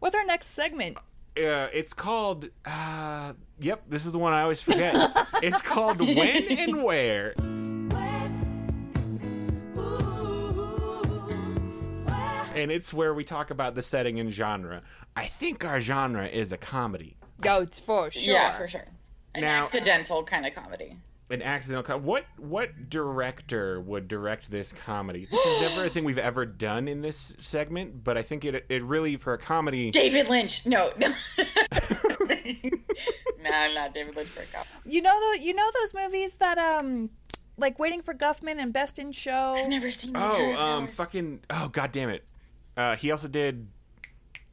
Speaker 2: what's our next segment?
Speaker 1: uh, it's called, uh, yep, this is the one I always forget. it's called When and Where. and it's where we talk about the setting and genre. I think our genre is a comedy,
Speaker 2: Go, it's for sure.
Speaker 3: Yeah, for *laughs* sure. An
Speaker 1: Now-
Speaker 3: accidental kind of comedy.
Speaker 1: an accidental. Com- what what director would direct this comedy? This is never a thing we've ever done in this segment, but I think it it really for a comedy.
Speaker 3: David Lynch. No,
Speaker 1: *laughs*
Speaker 3: *laughs* no. no, not David Lynch for a cop.
Speaker 2: You know the you know those movies that um like Waiting for Guffman and Best in Show.
Speaker 3: I've never seen either
Speaker 1: oh,
Speaker 3: of
Speaker 1: um,
Speaker 3: those.
Speaker 1: fucking oh, god damn it! Uh, he also did.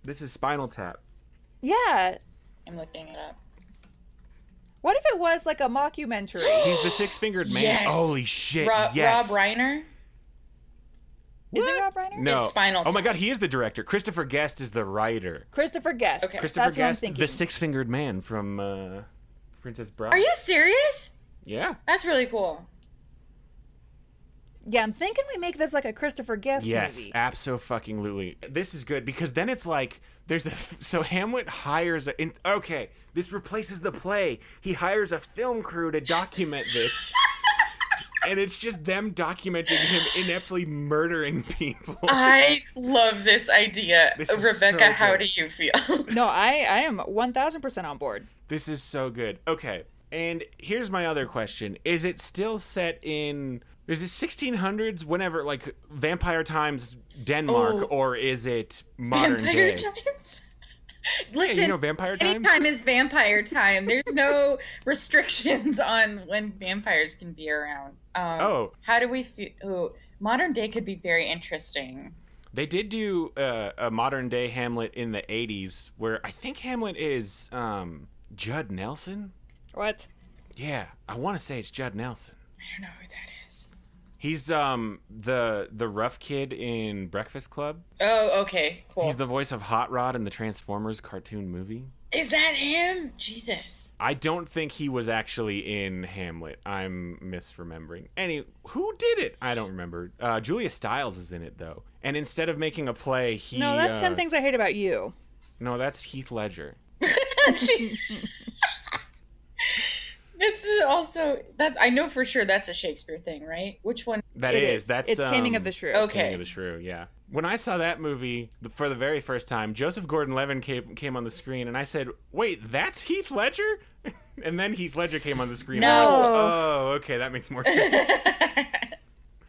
Speaker 1: This is Spinal Tap.
Speaker 2: Yeah.
Speaker 3: I'm looking it up.
Speaker 2: What if it was like a mockumentary?
Speaker 1: He's the six fingered man.
Speaker 3: Yes.
Speaker 1: Holy shit!
Speaker 3: Rob,
Speaker 1: yes.
Speaker 3: Rob Reiner.
Speaker 2: Is
Speaker 3: *gasps*
Speaker 2: it Rob Reiner?
Speaker 1: No.
Speaker 3: It's Spinal
Speaker 1: oh my
Speaker 3: Tap.
Speaker 1: god, he is the director. Christopher Guest is the writer.
Speaker 2: Christopher Guest.
Speaker 3: Okay.
Speaker 1: Christopher
Speaker 2: That's what I'm
Speaker 1: Guest,
Speaker 2: thinking.
Speaker 1: the six fingered man from uh, Princess Bride.
Speaker 3: Are you serious?
Speaker 1: Yeah.
Speaker 3: That's really cool.
Speaker 2: Yeah, I'm thinking we make this like a Christopher Guest
Speaker 1: Yes,
Speaker 2: movie.
Speaker 1: absolutely. This is good because then it's like there's a f- so Hamlet hires a in, okay. This replaces the play. He hires a film crew to document
Speaker 3: *laughs*
Speaker 1: this. And it's just them documenting him ineptly murdering people.
Speaker 3: I love this idea.
Speaker 1: This is Rebecca, so how good. do
Speaker 3: you feel? *laughs*
Speaker 2: No, I I am 1000% on board.
Speaker 1: This is so good. Okay. And here's my other question. Is it still set in is it 1600s whenever like vampire times Denmark
Speaker 3: Oh.
Speaker 1: or is it modern
Speaker 3: vampire
Speaker 1: day?
Speaker 3: times. *laughs*
Speaker 1: Yeah,
Speaker 3: Listen,
Speaker 1: you know vampire times?
Speaker 3: anytime is vampire time. There's no *laughs* restrictions on when vampires can be around. Um,
Speaker 1: Oh.
Speaker 3: how do we feel? Ooh, modern day could be very interesting.
Speaker 1: They did do uh, a modern day Hamlet in the 80s where I think Hamlet is um Judd Nelson?
Speaker 2: What?
Speaker 1: Yeah, I want to say it's Judd Nelson.
Speaker 3: I don't know who that is.
Speaker 1: He's um the the rough kid in Breakfast Club.
Speaker 3: Oh, okay, cool.
Speaker 1: He's the voice of Hot Rod in the Transformers cartoon movie.
Speaker 3: is that him? Jesus.
Speaker 1: I don't think he was actually in Hamlet. I'm misremembering. Any who did it? I don't remember. Uh, Julia Stiles is in it though, and instead of making a play, he
Speaker 2: No, that's
Speaker 1: uh,
Speaker 2: 10 things I hate about you.
Speaker 1: No, that's Heath Ledger.
Speaker 3: That's also that I know for sure that's a Shakespeare thing, right? Which one?
Speaker 1: That
Speaker 2: It
Speaker 1: is.
Speaker 2: is.
Speaker 1: That's
Speaker 2: It's Taming
Speaker 1: um,
Speaker 2: of the Shrew.
Speaker 3: Okay.
Speaker 1: Taming of the Shrew. Yeah. When I saw that movie the, for the very first time, Joseph Gordon-Levitt came, came on the screen, and I said, "Wait, that's Heath Ledger." *laughs* and then Heath Ledger came on the screen. and I
Speaker 3: No.
Speaker 1: was like, Oh, okay, that makes more *laughs* sense.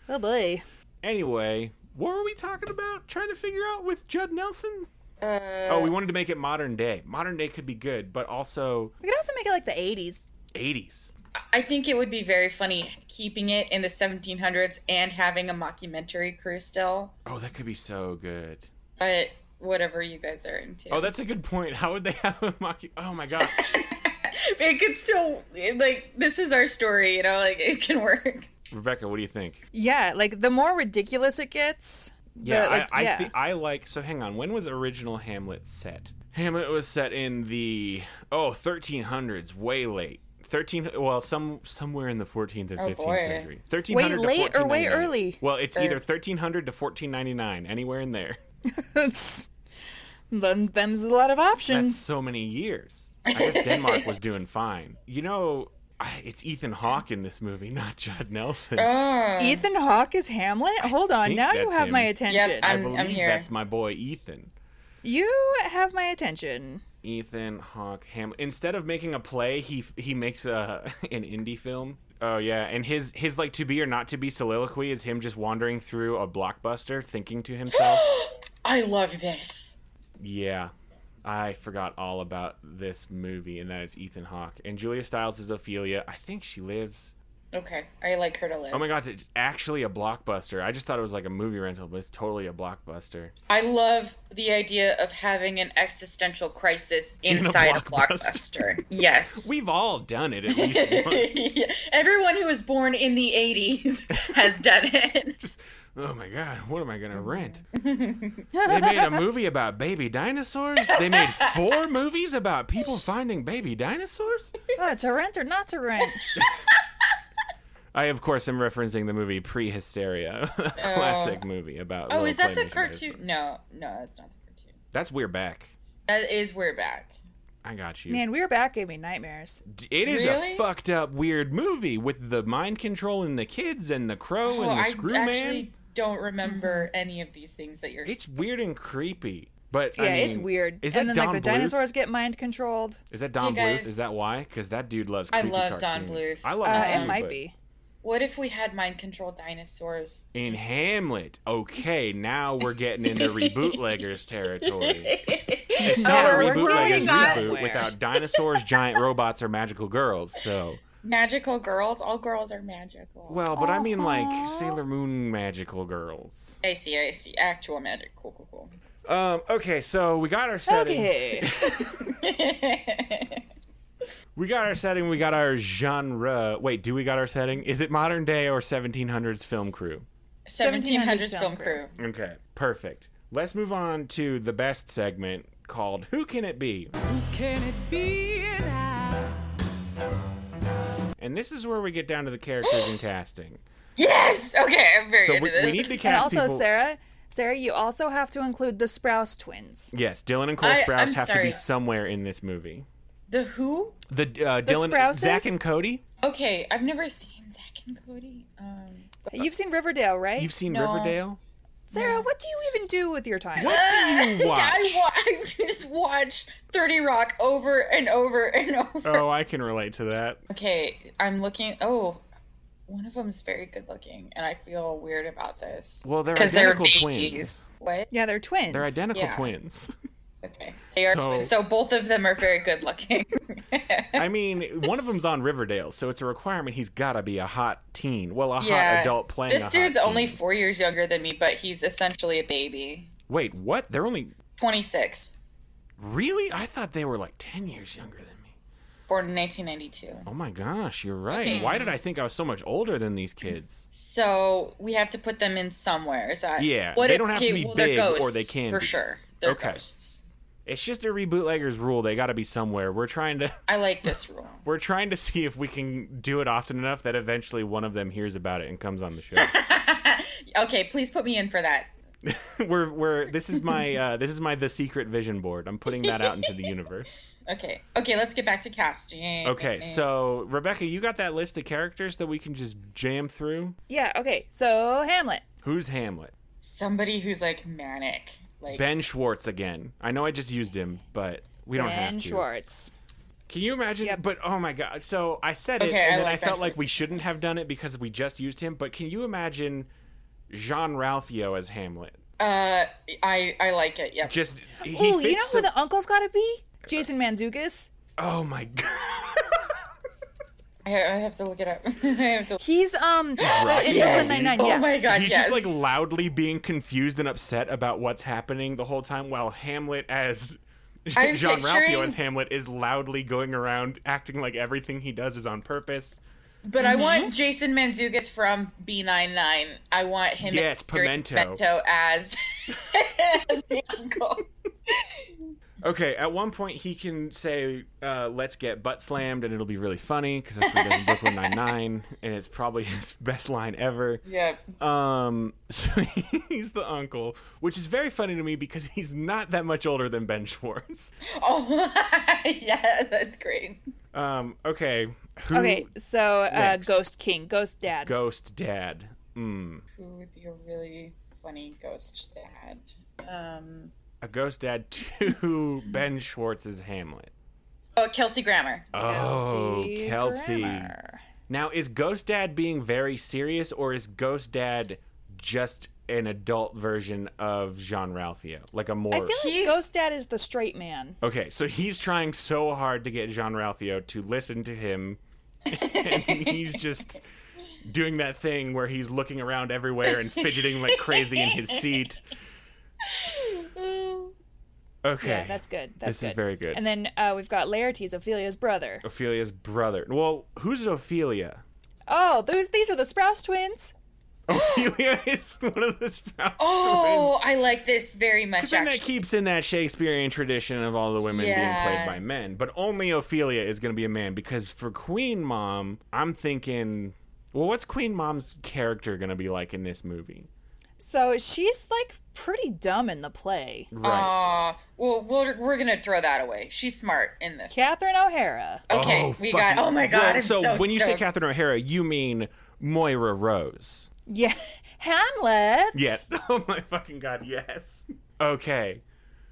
Speaker 2: Oh boy. Oh,
Speaker 1: anyway, what were we talking about? Trying to figure out with Judd Nelson.
Speaker 3: Uh,
Speaker 1: oh, we wanted to make it modern day. Modern day could be good, but also
Speaker 2: We could also make it like the 80s.
Speaker 1: 80s.
Speaker 3: I think it would be very funny keeping it in the 1700s and having a mockumentary crew still.
Speaker 1: Oh, that could be so good.
Speaker 3: But whatever you guys are into,
Speaker 1: Oh, that's a good point. How would they *laughs* have a mocky? Oh my gosh.
Speaker 3: *laughs* it could still like this is our story. You know, like it can work.
Speaker 1: Rebecca, what do you think?
Speaker 2: Yeah, like the more ridiculous it gets, the,
Speaker 1: Yeah,
Speaker 2: like,
Speaker 1: I, I,
Speaker 2: yeah.
Speaker 1: thi- I like. So hang on. When was original Hamlet set? Hamlet was set in the oh 1300s, way late. 13 well some somewhere in the 14th and 15th
Speaker 3: boy.
Speaker 1: century 1300 to
Speaker 2: Oh, late or way
Speaker 1: 1499.
Speaker 2: early?
Speaker 1: well it's either 1300 to 1499 anywhere in
Speaker 2: *laughs*
Speaker 1: there
Speaker 2: *laughs* It's- them, them's a lot of
Speaker 1: that's
Speaker 2: options.
Speaker 1: so many years i guess denmark was doing fine you know I- it's ethan hawke in this movie not judd nelson
Speaker 2: Oh,
Speaker 3: Oh.
Speaker 2: Ethan Hawke is Hamlet. Hold on,
Speaker 1: think
Speaker 2: now you
Speaker 1: that's
Speaker 2: have my
Speaker 1: him.
Speaker 2: attention.
Speaker 3: I-
Speaker 1: i
Speaker 3: I'm- I'm
Speaker 1: believe
Speaker 3: here.
Speaker 1: that's my boy ethan
Speaker 2: you have my attention.
Speaker 1: Ethan Hawke Ham. Instead of making a play, he he makes a *laughs* an indie film. Oh yeah, and his his like to be or not to be soliloquy is him just wandering through a blockbuster, thinking to *gasps* himself.
Speaker 3: I love this.
Speaker 1: yeah, I forgot all about this movie and that it's Ethan Hawke and Julia Stiles is Ophelia. I think she lives.
Speaker 3: Okay, I like her to live.
Speaker 1: Oh my god, it's actually a blockbuster. I just thought it was like a movie rental, but it's totally a blockbuster.
Speaker 3: I love the idea of having an existential crisis
Speaker 1: a
Speaker 3: inside a
Speaker 1: blockbuster.
Speaker 3: blockbuster.
Speaker 1: *laughs*
Speaker 3: yes.
Speaker 1: We've all done it at *laughs* least once.
Speaker 3: Yeah, *laughs* Everyone who was born in the
Speaker 1: *laughs*
Speaker 3: 80s has done it.
Speaker 1: just oh my god what am i gonna
Speaker 3: *laughs*
Speaker 1: rent they made a movie about baby dinosaurs they made four movies about people finding baby dinosaurs
Speaker 2: Ah, to rent or not
Speaker 1: *laughs*
Speaker 2: to rent?
Speaker 1: i of course am referencing the movie pre-hysteria *laughs* a classic movie about
Speaker 3: Oh,
Speaker 1: little
Speaker 3: is that the
Speaker 1: claymation
Speaker 3: cartoon?
Speaker 1: dinosaurs.
Speaker 3: No, no, that's not the cartoon.
Speaker 1: that's we're back
Speaker 3: That is We're Back.
Speaker 1: i got you
Speaker 2: Man, we were back gave me nightmares.
Speaker 1: D- it is
Speaker 3: Really?
Speaker 1: a fucked up weird movie with the mind control and the kids and the crow
Speaker 3: Oh,
Speaker 1: and the
Speaker 3: I
Speaker 1: screw
Speaker 3: actually
Speaker 1: man
Speaker 3: don't remember any of these things that you're.
Speaker 1: it's weird and creepy but I
Speaker 2: Yeah, it's
Speaker 1: mean,
Speaker 2: weird.
Speaker 1: Is that
Speaker 2: and then
Speaker 1: Don
Speaker 2: like the
Speaker 1: Bluth?
Speaker 2: dinosaurs get mind controlled.
Speaker 1: Is that Don
Speaker 3: Hey,
Speaker 1: Bluth?
Speaker 3: guys.
Speaker 1: Is that why? Because that dude loves.
Speaker 3: I
Speaker 1: creepy
Speaker 3: love Don
Speaker 1: cartoons.
Speaker 3: Bluth.
Speaker 1: I love
Speaker 2: Uh,
Speaker 1: him too,
Speaker 2: it might
Speaker 1: but-
Speaker 2: be.
Speaker 3: What if we had mind control
Speaker 1: *laughs*
Speaker 3: dinosaurs?
Speaker 1: In Hamlet, okay, now we're getting into
Speaker 3: *laughs*
Speaker 1: rebootleggers territory. It's not
Speaker 2: Yeah,
Speaker 1: a
Speaker 2: we're
Speaker 1: rebootleggers
Speaker 2: going
Speaker 1: reboot
Speaker 2: somewhere.
Speaker 1: without dinosaurs, giant robots, or magical girls. So,
Speaker 3: Magical girls? All girls are magical.
Speaker 1: well, but I mean like Sailor Moon magical girls.
Speaker 3: I see, I see. Actual magic. Cool, cool, cool. *laughs*
Speaker 1: Um, okay, so we got our setting.
Speaker 2: Okay.
Speaker 1: We got our setting. We got our genre. Wait, do we got our setting? Is it modern day or 1700s film crew?
Speaker 3: 1700s
Speaker 2: film
Speaker 3: film crew.
Speaker 1: Okay, perfect. Let's move on to the best segment called Who Can It Be?
Speaker 5: Can
Speaker 1: *laughs*
Speaker 5: it be that?
Speaker 1: And this is where we get down to the characters and casting.
Speaker 3: Yes! Okay, I'm very
Speaker 1: So
Speaker 3: into
Speaker 1: we,
Speaker 3: this.
Speaker 1: we need to
Speaker 2: *laughs* and
Speaker 1: cast
Speaker 2: also,
Speaker 1: people.
Speaker 2: Sarah, Sarah, you also have to include the Sprouse twins.
Speaker 1: Yes, Dylan and Cole
Speaker 3: I-
Speaker 1: Sprouse
Speaker 3: I'm
Speaker 1: have to
Speaker 3: sorry.
Speaker 1: be somewhere in this movie.
Speaker 3: The Who?
Speaker 1: The uh, Dylan,
Speaker 2: Sprouses?
Speaker 1: Zach and Cody.
Speaker 3: Okay, I've never seen Zach and Cody. Um,
Speaker 2: You've seen Riverdale, right?
Speaker 1: Uh, You've seen
Speaker 3: No.
Speaker 1: Riverdale.
Speaker 2: Sarah, what do you even do with your time?
Speaker 1: What do you watch?
Speaker 3: *laughs* I, wa- I just watched 30 Rock over and over and *laughs* over.
Speaker 1: oh, I can relate to that.
Speaker 3: Okay, I'm looking. Oh, one of them's very good looking, and I feel weird about this.
Speaker 1: Well, they're
Speaker 3: Because they're
Speaker 1: identical twins.
Speaker 3: babies. What?
Speaker 2: Yeah, they're twins.
Speaker 1: They're identical
Speaker 3: Yeah.
Speaker 1: twins.
Speaker 3: Okay. They are
Speaker 1: So-
Speaker 3: twins. So both of them are very good looking. *laughs*
Speaker 1: I mean, one of them's on Riverdale, so it's a requirement. He's gotta be a hot teen. Well, a hot
Speaker 3: yeah.
Speaker 1: adult playing. a
Speaker 3: This
Speaker 1: hot
Speaker 3: dude's only
Speaker 1: teen.
Speaker 3: four years younger than me, but he's essentially a baby.
Speaker 1: Wait, what? They're only
Speaker 3: 26.
Speaker 1: Really? I thought they were like 10 years younger than me.
Speaker 3: Born in 1992.
Speaker 1: Oh my gosh, you're right.
Speaker 3: Okay.
Speaker 1: Why did I think I was so much older than these kids?
Speaker 3: So we have to put them in somewhere. Is that
Speaker 1: Yeah, they don't have to be
Speaker 3: they're
Speaker 1: big, or they
Speaker 3: ghosts,
Speaker 1: can
Speaker 3: for
Speaker 1: be.
Speaker 3: sure. They're
Speaker 1: Okay.
Speaker 3: ghosts.
Speaker 1: It's just a rebootleggers rule. They got to be somewhere. We're trying to *laughs*
Speaker 3: I like this rule.
Speaker 1: we're trying to see if we can do it often enough that eventually one of them hears about it and comes on the show.
Speaker 3: Okay, please put me in for that.
Speaker 1: we're we're this is my uh, this is my the secret vision board. I'm putting that out into the universe.
Speaker 3: Okay, okay, let's get back to casting.
Speaker 1: Okay, so Rebecca, you got that list of characters that we can just jam through.
Speaker 2: Yeah, okay. So, Hamlet.
Speaker 1: Who's Hamlet?
Speaker 3: somebody who's like manic, like
Speaker 1: Ben Schwartz again. I know I just used him, but we don't have
Speaker 2: Ben
Speaker 1: to.
Speaker 2: Schwartz.
Speaker 1: Can you imagine?
Speaker 2: Yep.
Speaker 1: But oh my god! So I said it,
Speaker 3: Okay,
Speaker 1: and
Speaker 3: I
Speaker 1: then
Speaker 3: like
Speaker 1: I felt
Speaker 3: that
Speaker 1: like
Speaker 3: choice.
Speaker 1: we shouldn't have done it because we just used him. But can you imagine Jean Ralphio as Hamlet?
Speaker 3: Uh, I I like it. Yeah.
Speaker 1: Just he
Speaker 2: Ooh,
Speaker 1: fits.
Speaker 2: you know
Speaker 1: so-
Speaker 2: who the uncle's got to be? Jason Manzukis.
Speaker 1: oh my *laughs* god!
Speaker 3: I, I have to look it up. *laughs* I have to.
Speaker 2: He's um in
Speaker 3: Yes!
Speaker 2: Brooklyn Nine Nine.
Speaker 3: oh
Speaker 2: yeah.
Speaker 3: my god.
Speaker 1: He's
Speaker 3: yes.
Speaker 1: just like loudly being confused and upset about what's happening the whole time, while Hamlet as *laughs*
Speaker 3: I'm
Speaker 1: John Ralphio
Speaker 3: picturing-
Speaker 1: as Hamlet is loudly going around acting like everything he does is on purpose.
Speaker 3: But I want Jason Manzukis from B99. I want him.
Speaker 1: Yes,
Speaker 3: appearing in
Speaker 1: Pimento.
Speaker 3: Pimento as, *laughs* as the uncle.
Speaker 1: Okay, at one point he can say, uh, "Let's get butt slammed," and it'll be really funny because that's what he does in Brooklyn Nine Nine, and it's probably *laughs* his best line ever.
Speaker 3: Yeah.
Speaker 1: Um, *laughs* so he's the uncle, which is very funny to me because he's not that much older than Ben Schwartz.
Speaker 3: Oh, *laughs* yeah. That's great.
Speaker 1: Um, okay, who
Speaker 2: Okay, so uh,
Speaker 1: Next.
Speaker 2: Ghost King, Ghost Dad.
Speaker 1: ghost dad? Mm.
Speaker 3: Who would be a really funny ghost dad? Um.
Speaker 1: A ghost dad to *laughs* Ben Schwartz's Hamlet.
Speaker 3: Oh, Kelsey Grammer.
Speaker 1: Oh, Kelsey.
Speaker 2: Grammer.
Speaker 1: Now, is Ghost Dad being very serious, or is Ghost Dad just an adult version of Jean Ralphio, like a more?
Speaker 2: I feel like
Speaker 3: He's-
Speaker 2: Ghost Dad is the straight man.
Speaker 1: Okay, so he's trying so hard to get Jean Ralphio to listen to him, *laughs* and he's just doing that thing where he's looking around everywhere and fidgeting like crazy in his
Speaker 2: *laughs*
Speaker 1: seat. Okay,
Speaker 2: Yeah, that's good. That's
Speaker 1: This is very good.
Speaker 2: And then uh, we've got Laertes, Ophelia's brother.
Speaker 1: Ophelia's brother. Well, who's Ophelia? *laughs*
Speaker 2: Oh, those these are the Sprouse twins.
Speaker 1: Ophelia is one of the Sprouse twins.
Speaker 3: Oh, I like this very much.
Speaker 1: Something
Speaker 3: Actually.
Speaker 1: that keeps in that Shakespearean tradition of all the women
Speaker 3: Yeah.
Speaker 1: being played by men, but only Ophelia is going to be a man because for Queen Mom, I'm thinking, well, what's Queen Mom's character going to be like in this movie?
Speaker 2: So she's like pretty dumb in the play.
Speaker 1: Right.
Speaker 3: Aw, well, we're, we're gonna throw that away. She's smart in this.
Speaker 2: Catherine O'Hara.
Speaker 3: Okay,
Speaker 1: Oh,
Speaker 3: we
Speaker 1: fucking-
Speaker 3: got. Oh my god!
Speaker 1: Well,
Speaker 3: I'm so,
Speaker 1: so, when you say
Speaker 3: stoked.
Speaker 1: Catherine O'Hara, you mean Moira Rose.
Speaker 2: Yeah, *laughs* Hamlet.
Speaker 1: Yes. *laughs* Oh my fucking god, yes. Okay.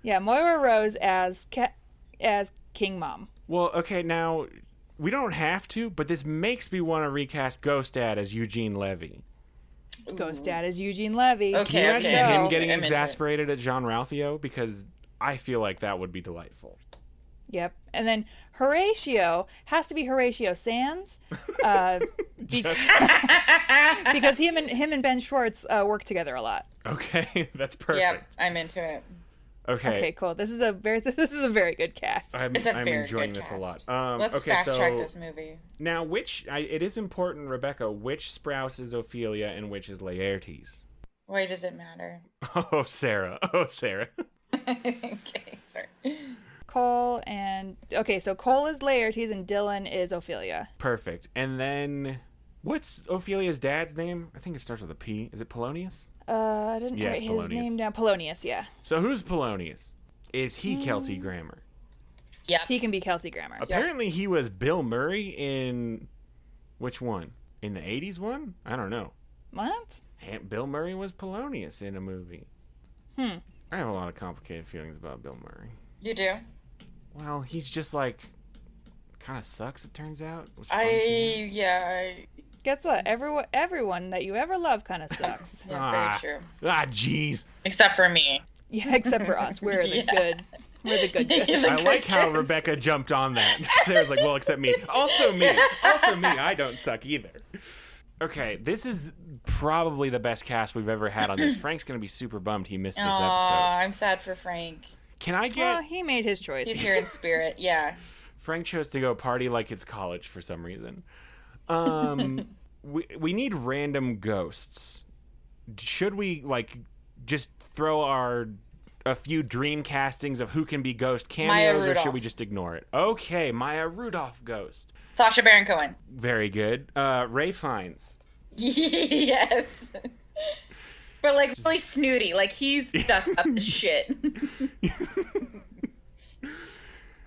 Speaker 2: Yeah, Moira Rose as Ca- as King Mom.
Speaker 1: Well, okay, now we don't have to, but this makes me want to recast Ghost Dad as Eugene Levy.
Speaker 2: Ghost Dad is Eugene Levy.
Speaker 1: Can you
Speaker 3: Okay,
Speaker 1: imagine
Speaker 2: okay.
Speaker 1: him
Speaker 2: No.
Speaker 1: getting
Speaker 3: I'm into it.
Speaker 1: exasperated at John Ralphio? Because I feel like that would be delightful. *laughs*
Speaker 2: Yep. And then Horatio has to be Horatio Sands, uh, be- *laughs* because him and him and Ben Schwartz uh, work together a lot.
Speaker 1: Okay, that's perfect.
Speaker 3: Yep, I'm into it.
Speaker 1: Okay.
Speaker 2: Okay, cool. This is a very *laughs* this is a very good cast.
Speaker 1: I'm,
Speaker 3: It's a
Speaker 1: I'm
Speaker 3: very
Speaker 1: enjoying
Speaker 3: good
Speaker 1: this a lot.
Speaker 3: cast.
Speaker 1: Um,
Speaker 3: Let's
Speaker 1: okay,
Speaker 3: fast
Speaker 1: so
Speaker 3: track this movie.
Speaker 1: now which I, it is important, Rebecca, which Sprouse is Ophelia and which is Laertes? *laughs*
Speaker 3: Why does it matter? *laughs*
Speaker 1: Oh, Sarah. *laughs* Oh, Sarah.
Speaker 3: okay, sorry.
Speaker 2: Cole and okay, so Cole is Laertes and Dylan is Ophelia.
Speaker 1: Perfect. And then what's Ophelia's dad's name? I think it starts with a P. Is it Polonius?
Speaker 2: Uh, I didn't
Speaker 1: Yeah,
Speaker 2: write
Speaker 1: it's
Speaker 2: his
Speaker 1: Polonius.
Speaker 2: name down. Polonius, yeah,
Speaker 1: So who's Polonius? Is he Kelsey
Speaker 3: Mm.
Speaker 1: Grammer?
Speaker 3: Yeah.
Speaker 2: he can be Kelsey Grammer.
Speaker 1: Apparently, he was Bill Murray in which one? In the '80s one? I don't know.
Speaker 2: What?
Speaker 1: Ha- Bill Murray was Polonius in a movie. Hmm. I have a lot of complicated feelings about Bill Murray.
Speaker 3: you do.
Speaker 1: Well, he's just like kind of sucks. It turns out. which
Speaker 3: I yeah. I,
Speaker 2: Guess what? Everyone, everyone that you ever love kind of sucks.
Speaker 3: *laughs* yeah,
Speaker 1: Ah.
Speaker 3: very true.
Speaker 1: ah, jeez.
Speaker 3: Except for *laughs* me.
Speaker 2: yeah, *laughs* except for us. We're the
Speaker 3: Yeah.
Speaker 2: good. We're the good.
Speaker 3: *laughs*
Speaker 2: good.
Speaker 1: I like how Rebecca jumped on that. *laughs* Sarah's like, well, except me. Also me. Also me. I don't suck either. Okay, this is probably the best cast we've ever had on this. Frank's gonna be super bummed he missed this
Speaker 3: Aw,
Speaker 1: episode.
Speaker 3: I'm sad for Frank.
Speaker 1: Can I get
Speaker 2: Well, he made his choice.
Speaker 3: He's
Speaker 1: *laughs*
Speaker 3: here in spirit. Yeah.
Speaker 1: Frank chose to go party like it's college for some reason. Um, we we need random ghosts. Should we like just throw our a few dream castings of who can be ghost cameos, or should
Speaker 3: Rudolph.
Speaker 1: we just ignore it? Okay, Maya Rudolph ghost.
Speaker 3: Sasha Baron Cohen.
Speaker 1: Very good. Uh, Ray Fiennes.
Speaker 3: *laughs* yes. But like really snooty, like
Speaker 1: *laughs*
Speaker 3: he's stuck up to *laughs* shit.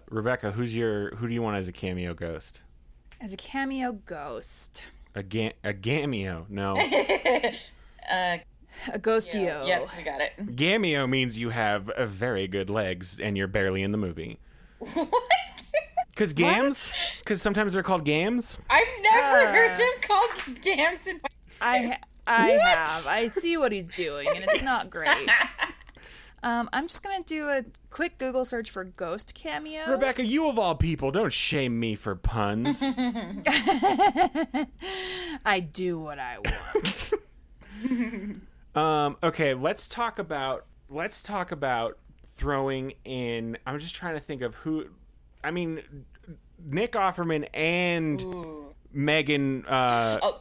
Speaker 1: Rebecca, who's your who do you want as a cameo ghost?
Speaker 2: As a cameo ghost.
Speaker 1: A ga- a gameo? No,
Speaker 2: A ghostio.
Speaker 3: Yep, we got it. *laughs*
Speaker 1: gameo means you have uh, very good legs and you're barely in the movie.
Speaker 3: What?
Speaker 1: Because gams? Because sometimes they're called gams?
Speaker 3: I've never
Speaker 2: Uh.
Speaker 3: heard them called gams in my
Speaker 2: I ha- I have. I see what he's doing, and it's not great. Um, I'm just gonna do a quick Google search for ghost cameos.
Speaker 3: Oh,
Speaker 1: Rebecca, you of all people, don't shame me for
Speaker 3: *laughs*
Speaker 1: puns. *laughs*
Speaker 2: I do what I want.
Speaker 1: um, okay, let's talk about let's talk about throwing in. I'm just trying to think of who. I mean, Nick Offerman and Megan uh,
Speaker 3: Oh,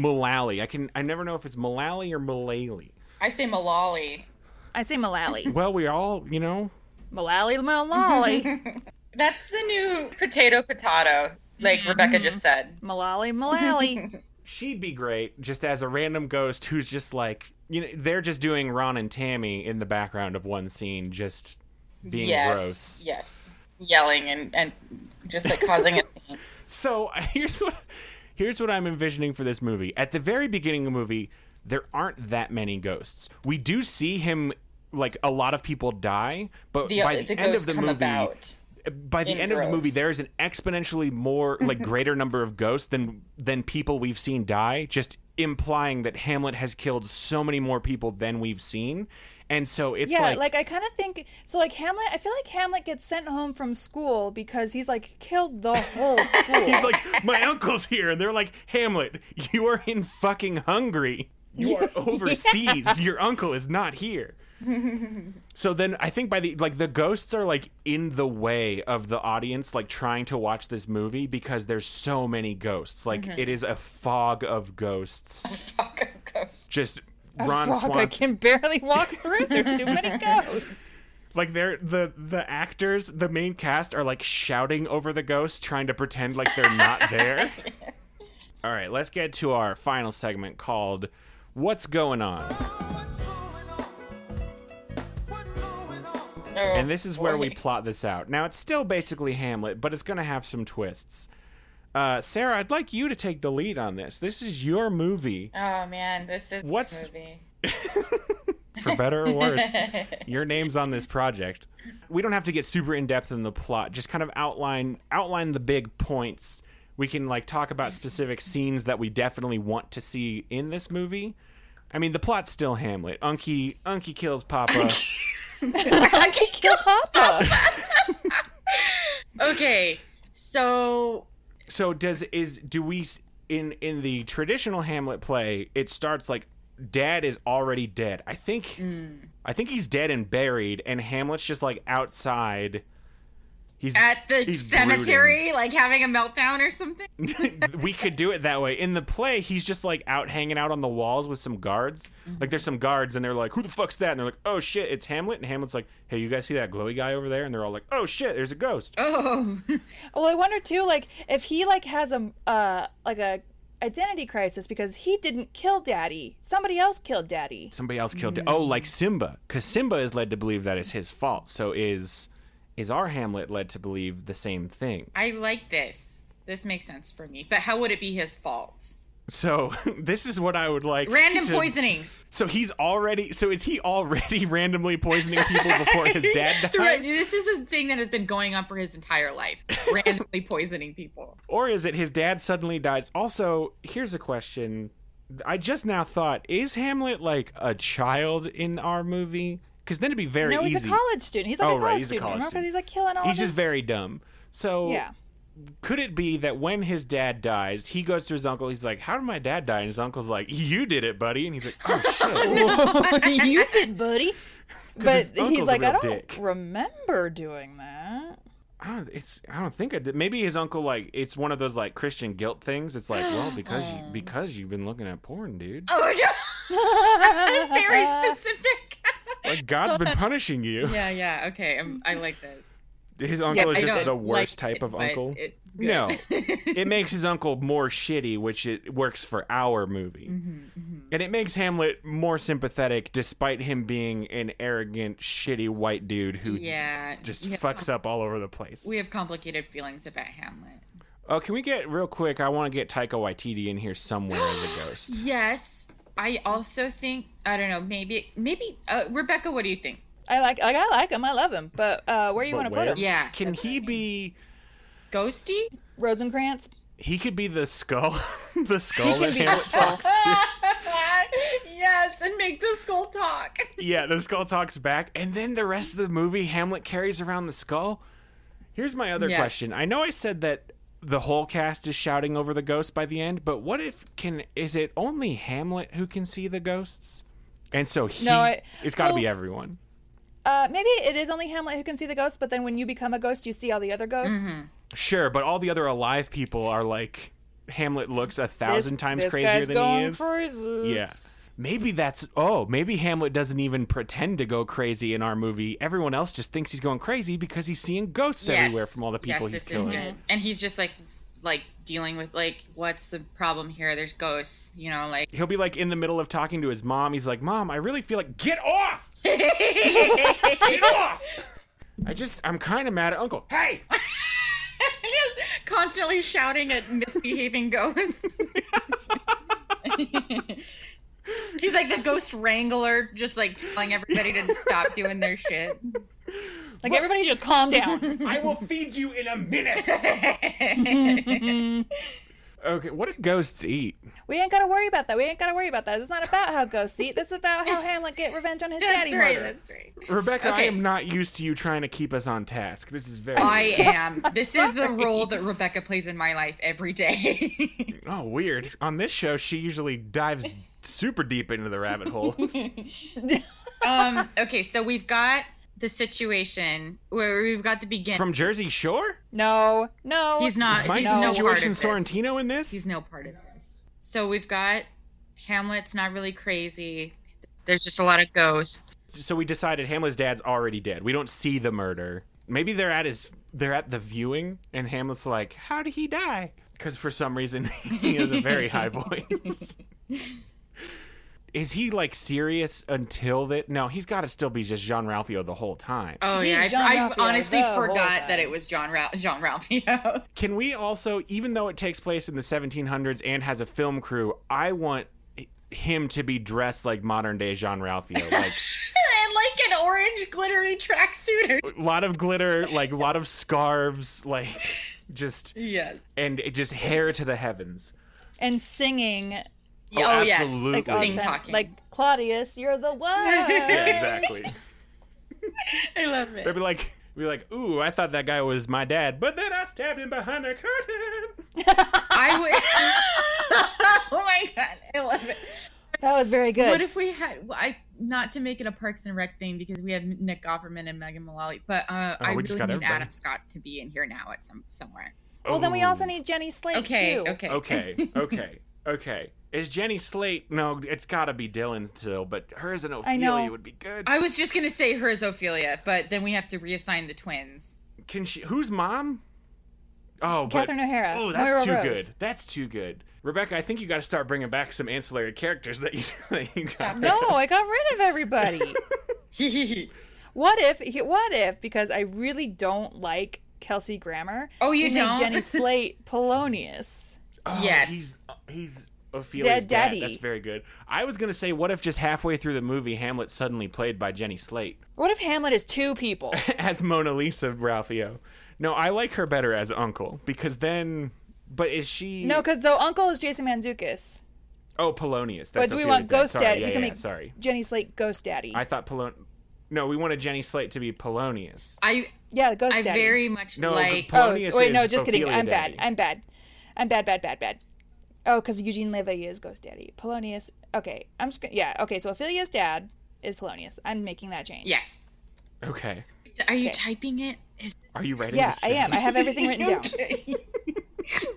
Speaker 2: Malali.
Speaker 1: Mullally. I can. I never know if it's Mullally or Mullally.
Speaker 3: I say Malali.
Speaker 2: I
Speaker 1: *laughs*
Speaker 2: say Malali.
Speaker 1: Well, we all, you know,
Speaker 2: Malali Malali.
Speaker 3: That's the new potato potato, like Rebecca just said.
Speaker 2: Malali Malali.
Speaker 1: she'd be great just as a random ghost who's just like you know they're just doing Ron and Tammy in the background of one scene, just being
Speaker 3: yes.
Speaker 1: gross.
Speaker 3: Yes. Yelling and, and just like causing a scene.
Speaker 1: So *laughs* here's what here's what I'm envisioning for this movie. At the very beginning of the movie, there aren't that many ghosts. We do see him like a lot of people die, but
Speaker 3: The,
Speaker 1: by
Speaker 3: the,
Speaker 1: the, end
Speaker 3: ghosts
Speaker 1: of the
Speaker 3: come
Speaker 1: movie,
Speaker 3: about. *laughs*
Speaker 1: by the
Speaker 3: in
Speaker 1: end of the movie,
Speaker 3: droves.
Speaker 1: there is an exponentially more like greater number of ghosts than than people we've seen die. Just implying that Hamlet has killed so many more people than we've seen, and so it's
Speaker 2: Yeah,
Speaker 1: like,
Speaker 2: like, I kind of think so. Like Hamlet, I feel like Hamlet gets sent home from school because he's like killed
Speaker 1: *laughs*
Speaker 2: the whole school.
Speaker 1: he's like my uncle's here, and they're like Hamlet, you are in fucking Hungary. You are overseas. Your uncle is not here. So then I think by the like the ghosts are like in the way of the audience like trying to watch this movie because there's so many ghosts. Like it is a fog of ghosts.
Speaker 3: Fuck a ghost.
Speaker 1: Just Ron
Speaker 2: Fuck, I
Speaker 1: Swanson
Speaker 2: can barely walk through. There's
Speaker 1: *laughs*
Speaker 2: too many ghosts.
Speaker 1: like they're the the actors, the main cast are like shouting over the ghosts trying to pretend like they're not there. All right, let's get to our final segment called What's going on?
Speaker 3: Oh,
Speaker 1: And this is where we
Speaker 3: boy.
Speaker 1: plot this out. Now, it's still basically Hamlet, but it's going to have some twists. Uh, Sarah, I'd like you to take the lead on this. This is your movie,
Speaker 3: Oh man, this is
Speaker 1: What's-
Speaker 3: this movie.
Speaker 1: for better or worse. your name's on this project. We don't have to get super in depth in the plot. Just kind of outline outline the big points. We can like talk about specific scenes that we definitely want to see in this movie. I mean, the plot's still Hamlet. Unky Unky kills Papa.
Speaker 2: I can kill Papa.
Speaker 3: Okay, so
Speaker 1: so does is do we s- in in the traditional hamlet play it starts like dad is already dead i think
Speaker 3: Mm.
Speaker 1: i think he's dead and buried and hamlet's just like outside he's
Speaker 3: at the
Speaker 1: he's
Speaker 3: cemetery, like having a meltdown or something. *laughs*
Speaker 1: brooding. *laughs* we could do it that way in the play he's just like out hanging out on the walls with some guards
Speaker 3: Mm-hmm.
Speaker 1: like there's some guards and they're like who the fuck's that and they're like oh shit it's hamlet and hamlet's like hey you guys see that glowy guy over there and they're all like oh shit there's a ghost
Speaker 3: Oh,
Speaker 2: Well, I wonder too, like if he like has a uh like a identity crisis because he didn't kill Daddy, somebody else killed Daddy.
Speaker 1: somebody else killed oh
Speaker 2: Mm.
Speaker 1: like simba because simba is led to believe that is his fault so is is our hamlet led to believe the same thing
Speaker 3: I like this. This makes sense for me. But how would it be his fault?
Speaker 1: so *laughs* this is what i would like
Speaker 3: Random
Speaker 1: to-
Speaker 3: poisonings.
Speaker 1: so he's already so is he already *laughs* randomly poisoning people before
Speaker 2: *laughs*
Speaker 1: his dad
Speaker 3: Throughout-
Speaker 1: dies
Speaker 3: This is a thing that has been going on for his entire life. *laughs* Randomly poisoning *laughs* people.
Speaker 1: or is it his dad suddenly dies also here's a question i just now thought is hamlet like a child in our movie because then it'd be very
Speaker 2: No,
Speaker 1: easy
Speaker 2: he's a college student. He's like
Speaker 1: Oh,
Speaker 2: a
Speaker 1: right,
Speaker 2: college
Speaker 1: he's a
Speaker 2: student.
Speaker 1: college
Speaker 2: remember? 'Cause
Speaker 1: student.
Speaker 2: He's like killing all.
Speaker 1: he's just
Speaker 2: this-
Speaker 1: very dumb so
Speaker 2: yeah.
Speaker 1: could it be that when his dad dies, he goes to his uncle, he's like, How did my dad die? And his uncle's like, You did it, buddy. And he's like, Oh shit. *laughs*
Speaker 2: *laughs* you did, buddy. But
Speaker 1: his uncle's
Speaker 2: he's
Speaker 1: a
Speaker 2: like, I
Speaker 1: real
Speaker 2: don't
Speaker 1: dick."
Speaker 2: remember doing that.
Speaker 1: I don't, it's I don't think I did. Maybe his uncle like it's one of those like Christian guilt things. It's like, well, because you because you've been looking at porn,
Speaker 3: *laughs*
Speaker 1: dude.
Speaker 3: *laughs* Oh no! *laughs* Very specific.
Speaker 1: Like God's been punishing you.
Speaker 3: yeah, yeah. Okay, I'm, I like this.
Speaker 1: His *laughs* uncle
Speaker 3: I
Speaker 1: is just
Speaker 3: don't
Speaker 1: the
Speaker 3: like
Speaker 1: worst type
Speaker 3: it, *laughs*
Speaker 1: of
Speaker 3: but
Speaker 1: uncle.
Speaker 3: It's good.
Speaker 1: No. *laughs* it makes his uncle more shitty, which it works for our movie.
Speaker 3: Mm-hmm.
Speaker 1: And it makes Hamlet more sympathetic despite him being an arrogant, shitty white dude who
Speaker 3: yeah.
Speaker 1: just
Speaker 3: we have,
Speaker 1: fucks up all over the place.
Speaker 3: we have complicated feelings about Hamlet.
Speaker 1: oh, can we get real quick? I want to get Taika Waititi in here somewhere as
Speaker 2: *gasps*
Speaker 1: a ghost.
Speaker 3: Yes, I also think I don't know. Maybe maybe uh, Rebecca. What do you think?
Speaker 2: I like, like, I like him. I love him. But uh, where you
Speaker 1: But
Speaker 2: want to put
Speaker 1: where?
Speaker 2: him?
Speaker 3: Yeah.
Speaker 1: Can he be?
Speaker 3: Ghosty? *laughs*
Speaker 2: Rosencrantz.
Speaker 1: *laughs* He could be the skull. the skull that Hamlet
Speaker 2: Skull.
Speaker 3: yes, and make the skull talk. *laughs*
Speaker 1: yeah, the skull talks back, and then the rest of the movie, Hamlet carries around the skull. Here's my other
Speaker 3: Yes.
Speaker 1: question. I know I said that the whole cast is shouting over the ghost by the end, but what if can is it only Hamlet who can see the ghosts? And so he,
Speaker 2: No, I-
Speaker 1: it's got to
Speaker 2: so-
Speaker 1: be everyone.
Speaker 2: Uh, maybe it is only Hamlet who can see the ghosts, but then when you become a ghost, you see all the other ghosts.
Speaker 3: Mm-hmm.
Speaker 1: Sure, but all the other alive people are like Hamlet looks a
Speaker 2: This-
Speaker 1: thousand times
Speaker 2: this
Speaker 1: crazier
Speaker 2: guy's
Speaker 1: than
Speaker 2: going
Speaker 1: he is.
Speaker 2: crazy.
Speaker 1: Yeah. Maybe that's oh, maybe Hamlet doesn't even pretend to go crazy in our movie. Everyone else just thinks he's going crazy because he's seeing ghosts everywhere from all the people
Speaker 3: yes,
Speaker 1: he's
Speaker 3: this
Speaker 1: killing.
Speaker 3: Is good. And he's just like, like dealing with like, what's the problem here? There's ghosts, you know, like. *laughs*
Speaker 1: He'll be like in the middle of talking to his mom. He's like, "Mom, I really feel like get
Speaker 3: *laughs*
Speaker 1: off, get off." I just I'm kind of mad at Uncle. Hey,
Speaker 3: just constantly shouting at misbehaving
Speaker 1: *laughs*
Speaker 3: ghosts. *laughs* He's like the ghost wrangler, just like telling everybody to stop doing
Speaker 1: *laughs*
Speaker 3: their shit.
Speaker 2: Like everybody just calm
Speaker 3: *laughs*
Speaker 2: down.
Speaker 1: I will feed you in a minute. okay, what do ghosts eat?
Speaker 2: we ain't gotta worry about that. We ain't gotta worry about that. It's not about how ghosts eat. This is about how Hamlet get revenge on his daddy
Speaker 3: that's right.
Speaker 2: murder.
Speaker 3: That's right.
Speaker 1: Rebecca, I
Speaker 3: Okay.
Speaker 1: am not used to you trying to keep us on task. This is very
Speaker 3: I
Speaker 1: *laughs*
Speaker 3: am. This is the role that Rebecca plays in my life
Speaker 1: *laughs*
Speaker 3: every day. *laughs*
Speaker 1: oh weird. On this show, she usually dives super deep into the rabbit
Speaker 3: *laughs*
Speaker 1: holes.
Speaker 3: um, okay, so we've got the situation where we've got the beginning.
Speaker 1: From Jersey Shore,
Speaker 2: No, no.
Speaker 3: he's not.
Speaker 1: is Mike's
Speaker 3: Uh, he's no part
Speaker 1: situation
Speaker 3: of this.
Speaker 1: Sorrentino in this?
Speaker 3: He's no part of this. So we've got Hamlet's not really crazy. There's just a lot of ghosts.
Speaker 1: so we decided Hamlet's dad's already dead. We don't see the murder. Maybe they're at his they're at the viewing and Hamlet's like, "How did he die?" Cuz for some reason *laughs* he has a very
Speaker 3: *laughs*
Speaker 1: high voice. Is he like serious until that? No, he's got to still be just Jean Ralphio the whole time.
Speaker 3: Oh
Speaker 2: He's
Speaker 3: yeah, I-
Speaker 2: John
Speaker 3: I,
Speaker 2: Ralphio
Speaker 3: honestly
Speaker 2: the whole
Speaker 3: forgot that
Speaker 2: time.
Speaker 3: it was John Ra- John Ralphio. *laughs*
Speaker 1: Can we also, even though it takes place in the 1700s and has a film crew, I want him to be dressed like modern day Jean
Speaker 2: *laughs*
Speaker 1: Ralphio, like
Speaker 3: and like an orange glittery tracksuit. Or-
Speaker 1: a lot of glitter, like a lot of scarves, like just
Speaker 3: yes.
Speaker 1: and it just hair to the heavens.
Speaker 2: and singing
Speaker 3: Oh, yes.
Speaker 1: absolutely.
Speaker 2: like all the
Speaker 3: Sing
Speaker 2: time.
Speaker 3: talking.
Speaker 2: Like Claudius, you're
Speaker 3: *laughs*
Speaker 2: the one.
Speaker 1: Yeah, exactly.
Speaker 3: I love
Speaker 1: They'd
Speaker 3: it.
Speaker 1: be like, be like, ooh, I thought that guy was my dad, but then I stabbed him behind the curtain.
Speaker 3: I would. *laughs* oh my god, I love it.
Speaker 2: That was very good.
Speaker 3: What if we had? well, I not to make it a Parks and Rec thing because we have Nick Offerman and Megan Mullally, but uh,
Speaker 1: Oh,
Speaker 3: I
Speaker 1: we
Speaker 3: really
Speaker 1: just
Speaker 3: need
Speaker 1: got everybody.
Speaker 3: Adam Scott to be in here now at some somewhere.
Speaker 2: well, then we
Speaker 1: Ooh.
Speaker 2: also need Jenny Slate
Speaker 3: Okay,
Speaker 2: too. *laughs*
Speaker 3: okay,
Speaker 1: Okay, okay, okay. Is Jenny Slate? No, it's got to be Dylan still, but hers and Ophelia
Speaker 2: know.
Speaker 1: would be good.
Speaker 3: I was just gonna say her is Ophelia, but then we have to reassign the twins.
Speaker 1: Can she? Who's mom? Oh, but-
Speaker 2: Catherine O'Hara,
Speaker 1: Oh, that's
Speaker 2: Moira
Speaker 1: too
Speaker 2: Rose.
Speaker 1: good. That's too good. Rebecca, I think you got to start bringing back some ancillary characters that you, *laughs* that you got.
Speaker 2: No, I got rid
Speaker 1: *laughs*
Speaker 2: of everybody. what if? What if? Because I really don't like Kelsey Grammer.
Speaker 3: Oh, you
Speaker 2: we make
Speaker 1: *laughs*
Speaker 3: don't?
Speaker 2: Jenny Slate Polonius.
Speaker 1: Oh,
Speaker 3: Yes.
Speaker 1: He's he's Ophelia's
Speaker 2: Dead
Speaker 1: dad.
Speaker 2: daddy.
Speaker 1: That's very good. I was gonna say, what if just halfway through the movie, Hamlet suddenly played by Jenny Slate *laughs*
Speaker 2: What if Hamlet is two people?
Speaker 1: as Mona Lisa Ralphio? No, I like her better as Uncle because then. But is she?
Speaker 2: no, because the uncle is Jason Manzukis.
Speaker 1: Oh, Polonius. That's
Speaker 2: But do we
Speaker 1: Ophelia's
Speaker 2: want
Speaker 1: dad.
Speaker 2: Ghost
Speaker 1: Sorry,
Speaker 2: Daddy?
Speaker 1: Yeah,
Speaker 2: we can
Speaker 1: yeah,
Speaker 2: make
Speaker 1: sorry.
Speaker 2: Jenny Slate Ghost Daddy.
Speaker 1: I thought Polon. No, we wanted Jenny Slate to be Polonius.
Speaker 3: I
Speaker 2: yeah, Ghost
Speaker 3: I
Speaker 2: Daddy.
Speaker 3: very much
Speaker 1: No,
Speaker 3: like.
Speaker 1: Gopal-
Speaker 2: oh
Speaker 1: Polonius
Speaker 2: wait, no,
Speaker 1: is
Speaker 2: just kidding.
Speaker 1: Ophelia
Speaker 2: I'm
Speaker 1: Daddy.
Speaker 2: bad. I'm bad. I'm bad. Bad. Bad. Bad. Oh, because Eugene Levy is Ghost Daddy. Polonius. Okay, I'm just gonna, yeah. Okay, so Ophelia's dad is Polonius. I'm making that change.
Speaker 3: yes.
Speaker 1: Okay.
Speaker 3: Are you
Speaker 2: Okay.
Speaker 3: typing it? Is-
Speaker 1: Are you ready?
Speaker 2: Yeah, I am. I have everything
Speaker 1: *laughs*
Speaker 2: written down. *laughs*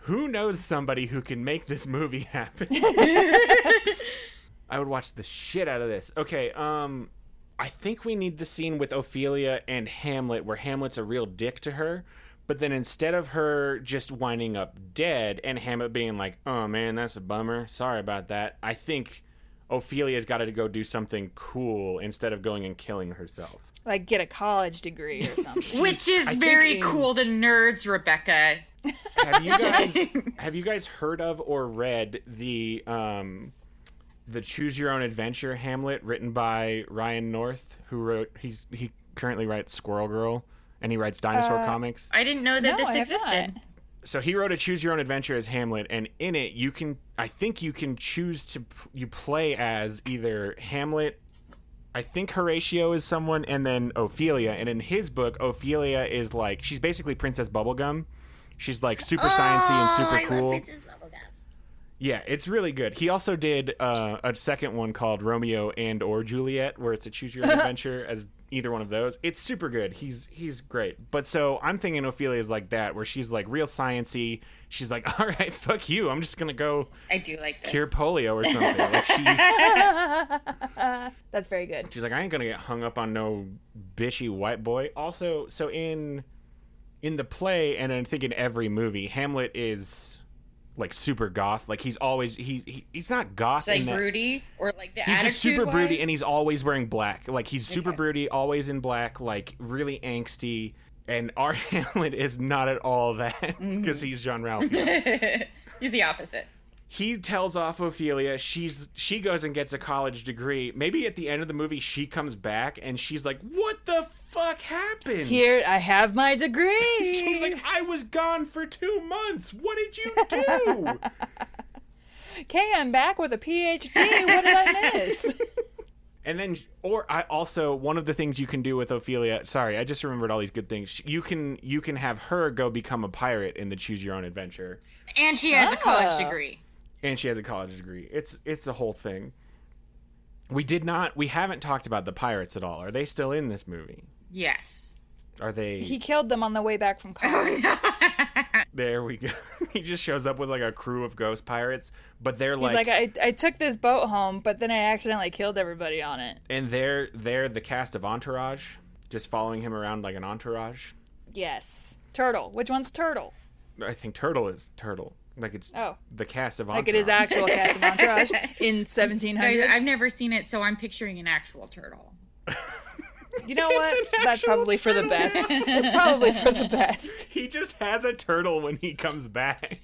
Speaker 1: Who knows somebody who can make this movie *laughs* happen? I would watch the shit out of this. Okay, um I think we need the scene with Ophelia and Hamlet where Hamlet's a real dick to her, but then instead of her just winding up dead and Hamlet being like, "Oh man, that's a bummer. Sorry about that." I think Ophelia's got to go do something cool instead of going and killing herself.
Speaker 2: Like get a college degree or
Speaker 1: *laughs*
Speaker 2: something.
Speaker 3: Which is
Speaker 1: think
Speaker 3: very
Speaker 1: in-
Speaker 3: cool to nerds, Rebecca.
Speaker 6: *laughs*
Speaker 1: Have you guys have you guys heard of or read the um the Choose Your Own Adventure Hamlet written by Ryan North, who wrote he's he
Speaker 6: Uh,
Speaker 1: currently writes Squirrel Girl and he writes dinosaur comics.
Speaker 3: I didn't know that
Speaker 2: No,
Speaker 3: this
Speaker 2: I have
Speaker 3: existed.
Speaker 2: not.
Speaker 1: so he wrote a choose your own adventure as hamlet and in it you can i think you can choose to p- you play as either hamlet i think horatio is someone and then ophelia and in his book ophelia is like she's basically princess bubblegum she's like super sciencey and super
Speaker 6: Oh, I
Speaker 1: cool
Speaker 6: love Princess Bubblegum.
Speaker 1: yeah, it's really good. He also did uh, a second one called Romeo and or Juliet, where it's a choose
Speaker 3: *laughs*
Speaker 1: your own adventure as either one of those. It's super good. He's he's great. But so I'm thinking Ophelia is like that, where she's like real sciency. She's like, *laughs* all right, fuck you. I'm just gonna go
Speaker 3: I do like this.
Speaker 1: cure polio or something. Like she,
Speaker 3: *laughs*
Speaker 2: That's very good.
Speaker 1: she's like, I ain't gonna get hung up on no bitchy white boy. Also, so in in the play, and I think in every movie, Hamlet is like super goth. Like he's always he, he he's not goth.
Speaker 3: It's like
Speaker 1: in that-
Speaker 3: broody or like the
Speaker 1: He's
Speaker 3: attitude
Speaker 1: just super
Speaker 3: wise,
Speaker 1: broody, and he's always wearing black. Like he's super
Speaker 3: Okay.
Speaker 1: broody, always in black, like really angsty. And *laughs* our Hamlet is not at all that because he's John Ralphio.
Speaker 3: he's the opposite.
Speaker 1: he tells off Ophelia. She's she goes and gets a college degree. Maybe at the end of the movie, she comes back and she's like, "What the fuck happened?"
Speaker 2: Here, I have my degree.
Speaker 1: *laughs* She's like, "I was gone for two months. What did you do?"
Speaker 2: okay, I'm back with a PhD. What did I
Speaker 1: *laughs*
Speaker 2: miss?
Speaker 1: And then, or I also one of the things you can do with Ophelia. Sorry, I just remembered all these good things. You can you can have her go become a pirate in the Choose Your Own Adventure,
Speaker 3: And she has a college
Speaker 2: Oh.
Speaker 3: degree.
Speaker 1: and she has a college degree. It's it's a whole thing. We did not. We haven't talked about the pirates at all. Are they still in this movie?
Speaker 3: Yes.
Speaker 1: Are they?
Speaker 2: he killed them on the
Speaker 1: *laughs*
Speaker 2: way
Speaker 1: Oh,
Speaker 2: back from college.
Speaker 1: there we go. *laughs* he just shows up with like a crew of ghost pirates, but they're
Speaker 2: He's like, I, I took this boat home, but then I accidentally killed everybody on it.
Speaker 1: and they're they're the cast of Entourage, just following him around like an entourage.
Speaker 2: Yes. Turtle. Which one's Turtle?
Speaker 1: I think Turtle is Turtle. Like it's
Speaker 2: Oh.
Speaker 1: the cast of
Speaker 2: Like it is
Speaker 1: Entourage.
Speaker 2: actual cast of Entourage
Speaker 3: *laughs*
Speaker 2: in 1700s.
Speaker 3: Guys, I've never seen it, so I'm picturing an actual turtle.
Speaker 2: you know what? That's probably for the best. It's probably for
Speaker 3: *laughs*
Speaker 2: the best.
Speaker 1: *laughs* he just has a turtle when he comes back.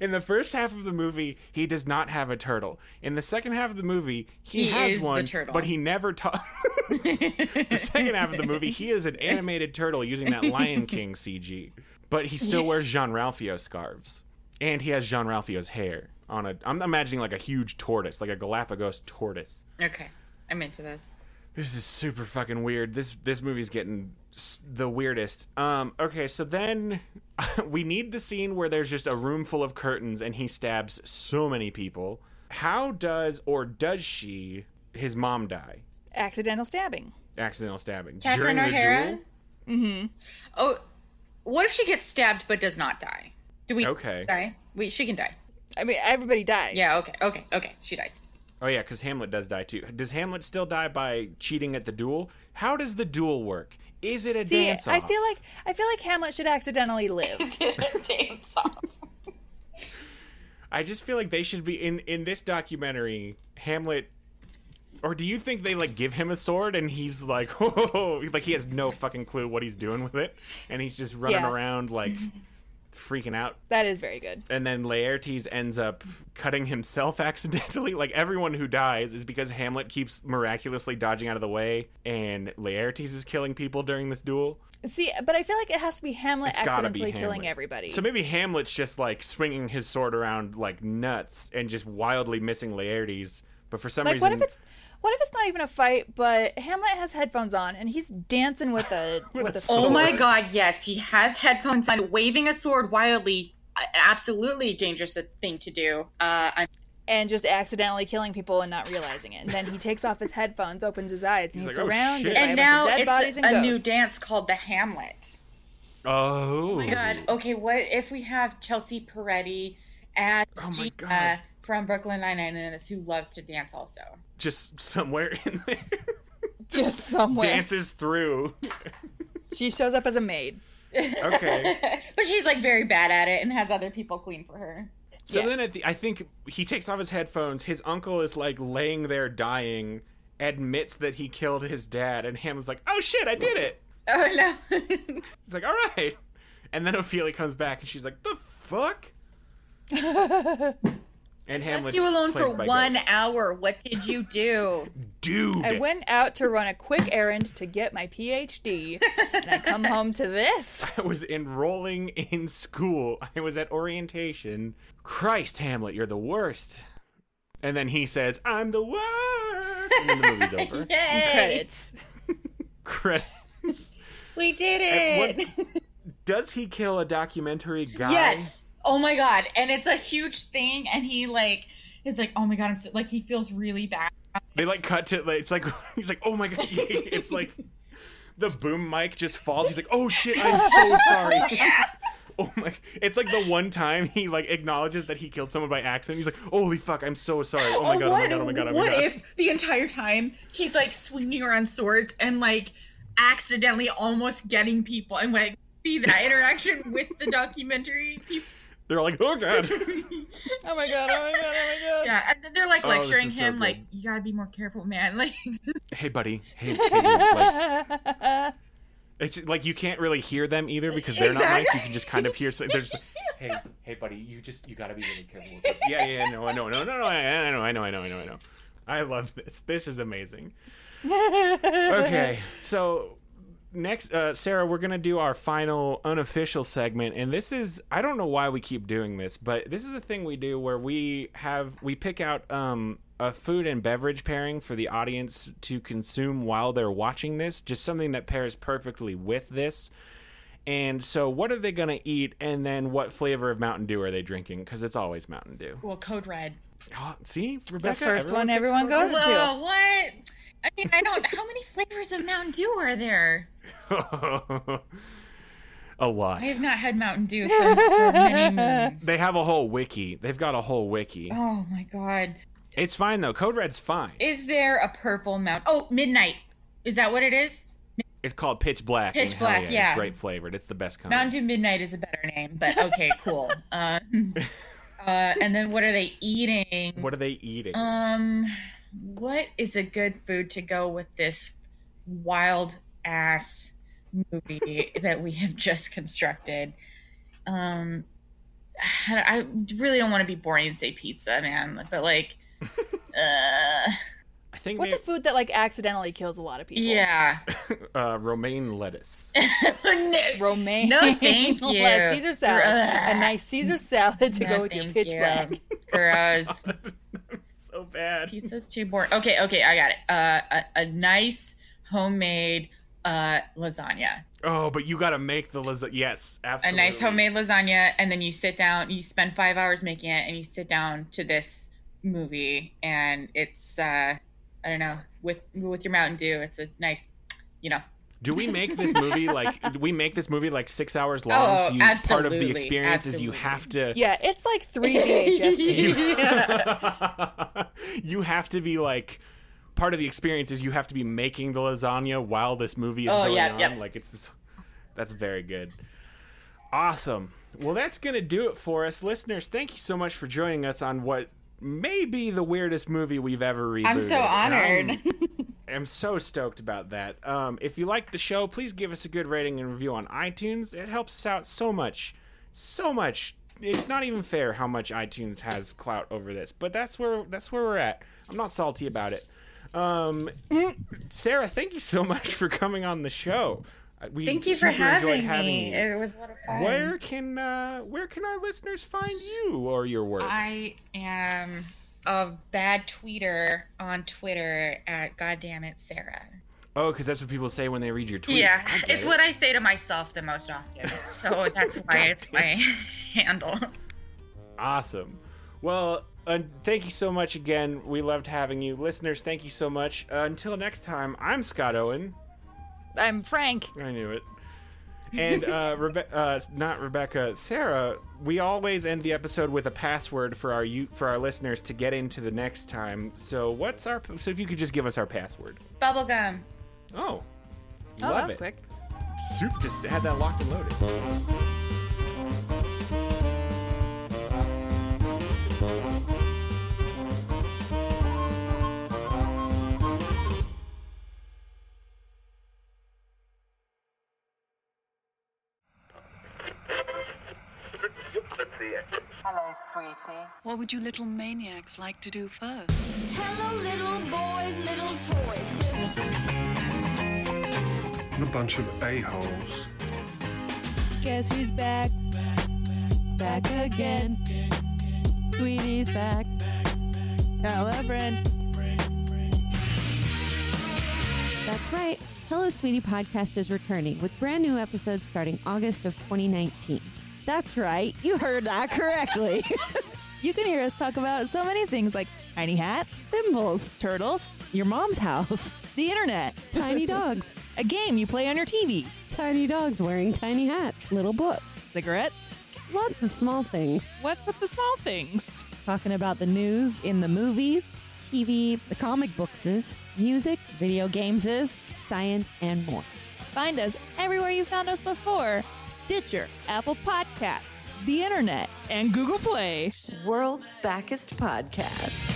Speaker 1: In the first half of the movie, he does not have a turtle. In the second half of the movie, he,
Speaker 3: He
Speaker 1: has
Speaker 3: is the
Speaker 1: one,
Speaker 3: turtle.
Speaker 1: but he never talks. *laughs* the second half of the movie, he is an animated turtle using that
Speaker 3: *laughs*
Speaker 1: Lion King CG, but he still wears Jean Ralphio scarves, and he has Jean Ralphio's hair on a. I'm imagining like a huge tortoise, like a Galapagos tortoise.
Speaker 3: Okay. I'm into this.
Speaker 1: This is super fucking weird. This this movie's getting s- the weirdest. Um okay, so then *laughs* we need the scene where there's just a room full of curtains and he stabs so many people. How does or does she his mom die?
Speaker 2: Accidental stabbing.
Speaker 1: Accidental stabbing
Speaker 3: Catherine
Speaker 1: during
Speaker 3: O'Hara.
Speaker 1: the duel?
Speaker 3: Oh, what if she gets stabbed but does not die? Do we
Speaker 1: Okay.
Speaker 3: die? We she can die.
Speaker 2: I mean, everybody dies.
Speaker 3: Yeah. Okay. Okay. Okay.
Speaker 2: *laughs*
Speaker 3: She dies.
Speaker 1: Oh yeah, cuz Hamlet does die too. Does Hamlet still die by cheating at the duel? How does the duel work? Is it a
Speaker 2: See,
Speaker 1: dance
Speaker 2: I feel like I feel like Hamlet should accidentally
Speaker 3: *laughs*
Speaker 2: live.
Speaker 3: Dance off.
Speaker 1: I just feel like they should be in in this documentary. Hamlet, or do you think they like give him a sword and he's like, *laughs* oh, like he has no fucking clue what he's doing with it, and he's just running
Speaker 2: Yes.
Speaker 1: around like freaking out.
Speaker 2: That is very good.
Speaker 1: And then Laertes ends up cutting himself *laughs* accidentally. Like everyone who dies is because Hamlet keeps miraculously dodging out of the way, and Laertes is killing people during this duel.
Speaker 2: See, but I feel like it has to be Hamlet
Speaker 1: It's gotta be
Speaker 2: accidentally killing
Speaker 1: Hamlet.
Speaker 2: everybody.
Speaker 1: So maybe Hamlet's just like swinging his sword around like nuts and just wildly missing Laertes. But for some
Speaker 2: like,
Speaker 1: reason,
Speaker 2: what if it's what if it's not even a fight, but Hamlet has headphones on and he's dancing with
Speaker 1: *laughs*
Speaker 2: a with,
Speaker 1: a
Speaker 2: a
Speaker 1: sword.
Speaker 2: sword.
Speaker 3: Oh my
Speaker 1: Sword.
Speaker 3: God! Yes, he has headphones on, waving a sword wildly. A- Absolutely dangerous thing to do. Uh, I'm
Speaker 2: and just accidentally killing people and not realizing it. And then he takes off his headphones, opens his eyes, and
Speaker 1: He's
Speaker 2: he's,
Speaker 1: like, "Oh, shit."
Speaker 2: surrounded by
Speaker 1: And
Speaker 2: a
Speaker 3: and
Speaker 2: bunch
Speaker 3: now
Speaker 2: of dead
Speaker 3: it's
Speaker 2: bodies
Speaker 3: a,
Speaker 2: and
Speaker 3: a
Speaker 2: ghosts.
Speaker 3: new dance called the Hamlet.
Speaker 1: oh my
Speaker 3: God. Okay. What if we have Chelsea Peretti as
Speaker 1: Oh my
Speaker 3: Gina
Speaker 1: God.
Speaker 3: from Brooklyn Nine Nine in this, who loves to dance also? *laughs*
Speaker 1: just somewhere in there
Speaker 2: *laughs* *laughs*
Speaker 1: *laughs*
Speaker 2: Just somewhere.
Speaker 1: dances through.
Speaker 2: She shows up as a maid. *laughs*
Speaker 1: Okay,
Speaker 3: But she's like very bad at it and has other people queen for her. *laughs*
Speaker 1: so
Speaker 2: Yes.
Speaker 1: then at the, I think he takes off his headphones. His uncle is like laying there dying, admits that he killed his dad, and Hamlet's like, "Oh shit, I did it."
Speaker 3: Oh no.
Speaker 1: He's like, "All right,"
Speaker 2: *laughs*
Speaker 1: and then Ophelia comes back and she's like, "The fuck." And Hamlet's
Speaker 3: Left you alone
Speaker 1: plagued
Speaker 3: for
Speaker 1: by
Speaker 3: one hour. What did
Speaker 1: *laughs*
Speaker 3: you do?
Speaker 1: ghosts. Dude,
Speaker 2: I went out to run a quick errand to get my PhD, and I come home to this.
Speaker 1: I was enrolling in school. I was at orientation. Christ, Hamlet, you're the worst. And then he says, "I'm the worst." And then the movie's
Speaker 3: *laughs*
Speaker 1: over.
Speaker 3: Yay!
Speaker 2: Credits.
Speaker 1: Credit.
Speaker 3: We did
Speaker 1: At
Speaker 3: it. *laughs*
Speaker 1: Does he kill a documentary guy?
Speaker 3: Yes. Oh my god. And it's a huge thing. And he like is like, oh my god, I'm so like he feels
Speaker 1: *laughs*
Speaker 3: really bad.
Speaker 1: They like cut to like it's like *laughs* he's like, oh my god, *laughs* it's like the boom mic just falls. He's like, oh shit, I'm
Speaker 3: *laughs*
Speaker 1: so sorry. Oh my! It's like the one time he like acknowledges that he killed someone by accident. He's like, "Holy fuck! I'm so sorry. Oh my god! Oh my god! Oh my god! Oh my
Speaker 3: what
Speaker 1: god!"
Speaker 3: if the entire time he's like swinging around swords and like accidentally almost getting people and like
Speaker 1: *laughs*
Speaker 3: see that interaction with the documentary people.
Speaker 1: They're like, "Oh god!"
Speaker 2: Oh my god! Oh my god! Oh my god!
Speaker 3: Yeah, and then they're like
Speaker 1: Oh, this
Speaker 3: lecturing
Speaker 1: is so
Speaker 3: him,
Speaker 1: good.
Speaker 3: like you gotta be more careful, man. *laughs* Like,
Speaker 1: hey buddy hey, hey dude. like, it's like you can't really hear them either because they're not nice
Speaker 3: Exactly.
Speaker 1: you can just kind of hear so they're just like, hey hey buddy you just you gotta be really careful with this. yeah yeah yeah, no no no no no I I know I know I know I know I know I love this this is amazing okay so next uh, sarah we're gonna do our final unofficial segment and this is i don't know why we keep doing this but this is a thing we do where we have we pick out um, a food and beverage pairing for the audience to consume while they're watching this just something that pairs perfectly with this and so what are they gonna eat and then what flavor of mountain dew are they drinking because it's always mountain dew
Speaker 3: well, code red.
Speaker 1: oh, see rebecca
Speaker 2: first one
Speaker 1: picks
Speaker 2: everyone
Speaker 1: Coke.
Speaker 2: goes- Those two.
Speaker 3: Whoa, what? I mean, I don't. How many flavors of Mountain Dew are there?
Speaker 1: *laughs* a lot
Speaker 3: I have not had Mountain Dew for,
Speaker 1: *laughs*
Speaker 3: for many moons.
Speaker 1: They have a whole wiki. They've got a whole wiki.
Speaker 3: Oh my god.
Speaker 1: It's fine though. Code Red's fine.
Speaker 3: Is there a purple mountain? Oh, midnight. Is that what it is?
Speaker 1: It's called Pitch Black.
Speaker 3: Pitch
Speaker 1: and hell
Speaker 3: Black, yeah.
Speaker 1: It's great flavored. It's the best kind.
Speaker 3: Mountain Dew Midnight is a better name, but
Speaker 2: *laughs*
Speaker 3: okay, cool. Uh, uh, and then what are they eating?
Speaker 1: what are they eating?
Speaker 3: Um, what is a good food to go with this wild ass movie that we have just constructed? Um, I I really don't want to be boring and say pizza, man,
Speaker 2: *laughs*
Speaker 3: but like, uh,
Speaker 1: I think
Speaker 2: *laughs* What's a food that like accidentally kills a lot of people? *laughs*
Speaker 3: yeah,
Speaker 1: maybe, uh, romaine
Speaker 3: *laughs*
Speaker 1: lettuce.
Speaker 3: no,
Speaker 2: Romaine. *laughs*
Speaker 3: No, thank you.
Speaker 2: lettuce, Caesar salad.
Speaker 3: Ugh.
Speaker 2: A nice Caesar salad to go with your
Speaker 3: thank
Speaker 2: pitch
Speaker 3: you.
Speaker 2: black.
Speaker 3: Gross.
Speaker 1: so bad.
Speaker 3: Pizza's too boring. Okay, okay, I got it. Uh, a, a nice homemade uh lasagna.
Speaker 1: Oh, but you gotta make the lasagna. Yes,
Speaker 3: a
Speaker 1: absolutely.
Speaker 3: nice homemade lasagna and then you sit down you spend five hours making it and you sit down to this movie and it's uh i don't know with with your mountain dew it's a nice you know
Speaker 1: Do we make this movie
Speaker 3: *laughs*
Speaker 1: like? do we make this movie like six hours long?
Speaker 3: Oh,
Speaker 1: so you, Part of the
Speaker 3: absolutely,
Speaker 1: experience is you
Speaker 3: absolutely.
Speaker 1: have to.
Speaker 2: Yeah, it's like
Speaker 3: *laughs*
Speaker 2: three VHS tapes.
Speaker 1: you have to be like part of the experience is you have to be making the lasagna while this movie is
Speaker 3: Oh,
Speaker 1: going
Speaker 3: yeah,
Speaker 1: on.
Speaker 3: yeah.
Speaker 1: Like it's this that's very good. Awesome. Well, that's going to do it for us listeners. Thank you so much for joining us on what may be the weirdest movie we've ever rebooted.
Speaker 3: i'm so
Speaker 1: And
Speaker 3: honored
Speaker 1: I'm so stoked about that. Um, if you like the show, please give us a good rating and review on iTunes. It helps us out so much, so much. It's not even fair how much iTunes has clout over this, but that's where that's where we're at. I'm not salty about it. Um, Sarah, thank you so *laughs* much for coming on the show. Uh, We
Speaker 3: thank you for
Speaker 1: super enjoyed
Speaker 3: having, me
Speaker 1: you.
Speaker 3: it was a lot of fun
Speaker 1: Where can uh, where can our listeners find you or your work?
Speaker 3: i am a bad tweeter on twitter at goddamn it sarah
Speaker 1: Oh, because that's what people say when they read your tweets.
Speaker 3: yeah
Speaker 1: I get
Speaker 3: it's
Speaker 1: it.
Speaker 3: what i say to myself the most often so that's why it's my *laughs* handle
Speaker 1: Awesome. Well, uh, thank you so much again. We loved having you. Listeners, thank you so much. Uh, until next time, I'm Scott Owen.
Speaker 2: I'm Frank.
Speaker 1: I knew it. And uh, Rebe- uh, not Rebecca, Sarah. We always end the episode with a password for our you- for our listeners to get into the next time. So what's our? So if you could just give us our password.
Speaker 3: bubblegum
Speaker 1: Oh,
Speaker 2: Oh,
Speaker 1: love
Speaker 2: that was
Speaker 1: it.
Speaker 2: quick.
Speaker 1: Soup just had that locked and loaded.
Speaker 6: Let's see it.
Speaker 7: Hello, sweetie.
Speaker 8: What would you little maniacs like to do first?
Speaker 9: Hello, little boys, little toys.
Speaker 10: and a bunch of a-holes.
Speaker 2: Guess who's back? Back again. Sweetie's back. Tell a friend.
Speaker 11: That's right. Hello, Sweetie Podcast is returning with brand new episodes starting August of 2019.
Speaker 2: That's right. You heard that
Speaker 11: *laughs*
Speaker 2: correctly. you can hear us talk about so many things like tiny hats, thimbles, turtles, your mom's house, the internet,
Speaker 11: Tiny dogs.
Speaker 2: *laughs* a game you play on your TV,
Speaker 11: Tiny dogs wearing tiny hats. Little books.
Speaker 2: cigarettes.
Speaker 11: Lots of small things.
Speaker 2: What's with the small things?
Speaker 12: Talking about the news in the movies,
Speaker 11: TV,
Speaker 12: the comic books, is,
Speaker 11: music,
Speaker 12: video games, is.
Speaker 11: science, and more.
Speaker 2: Find us everywhere you found us before Stitcher, Apple Podcasts, the internet, and Google Play.
Speaker 12: World's Backest Podcast.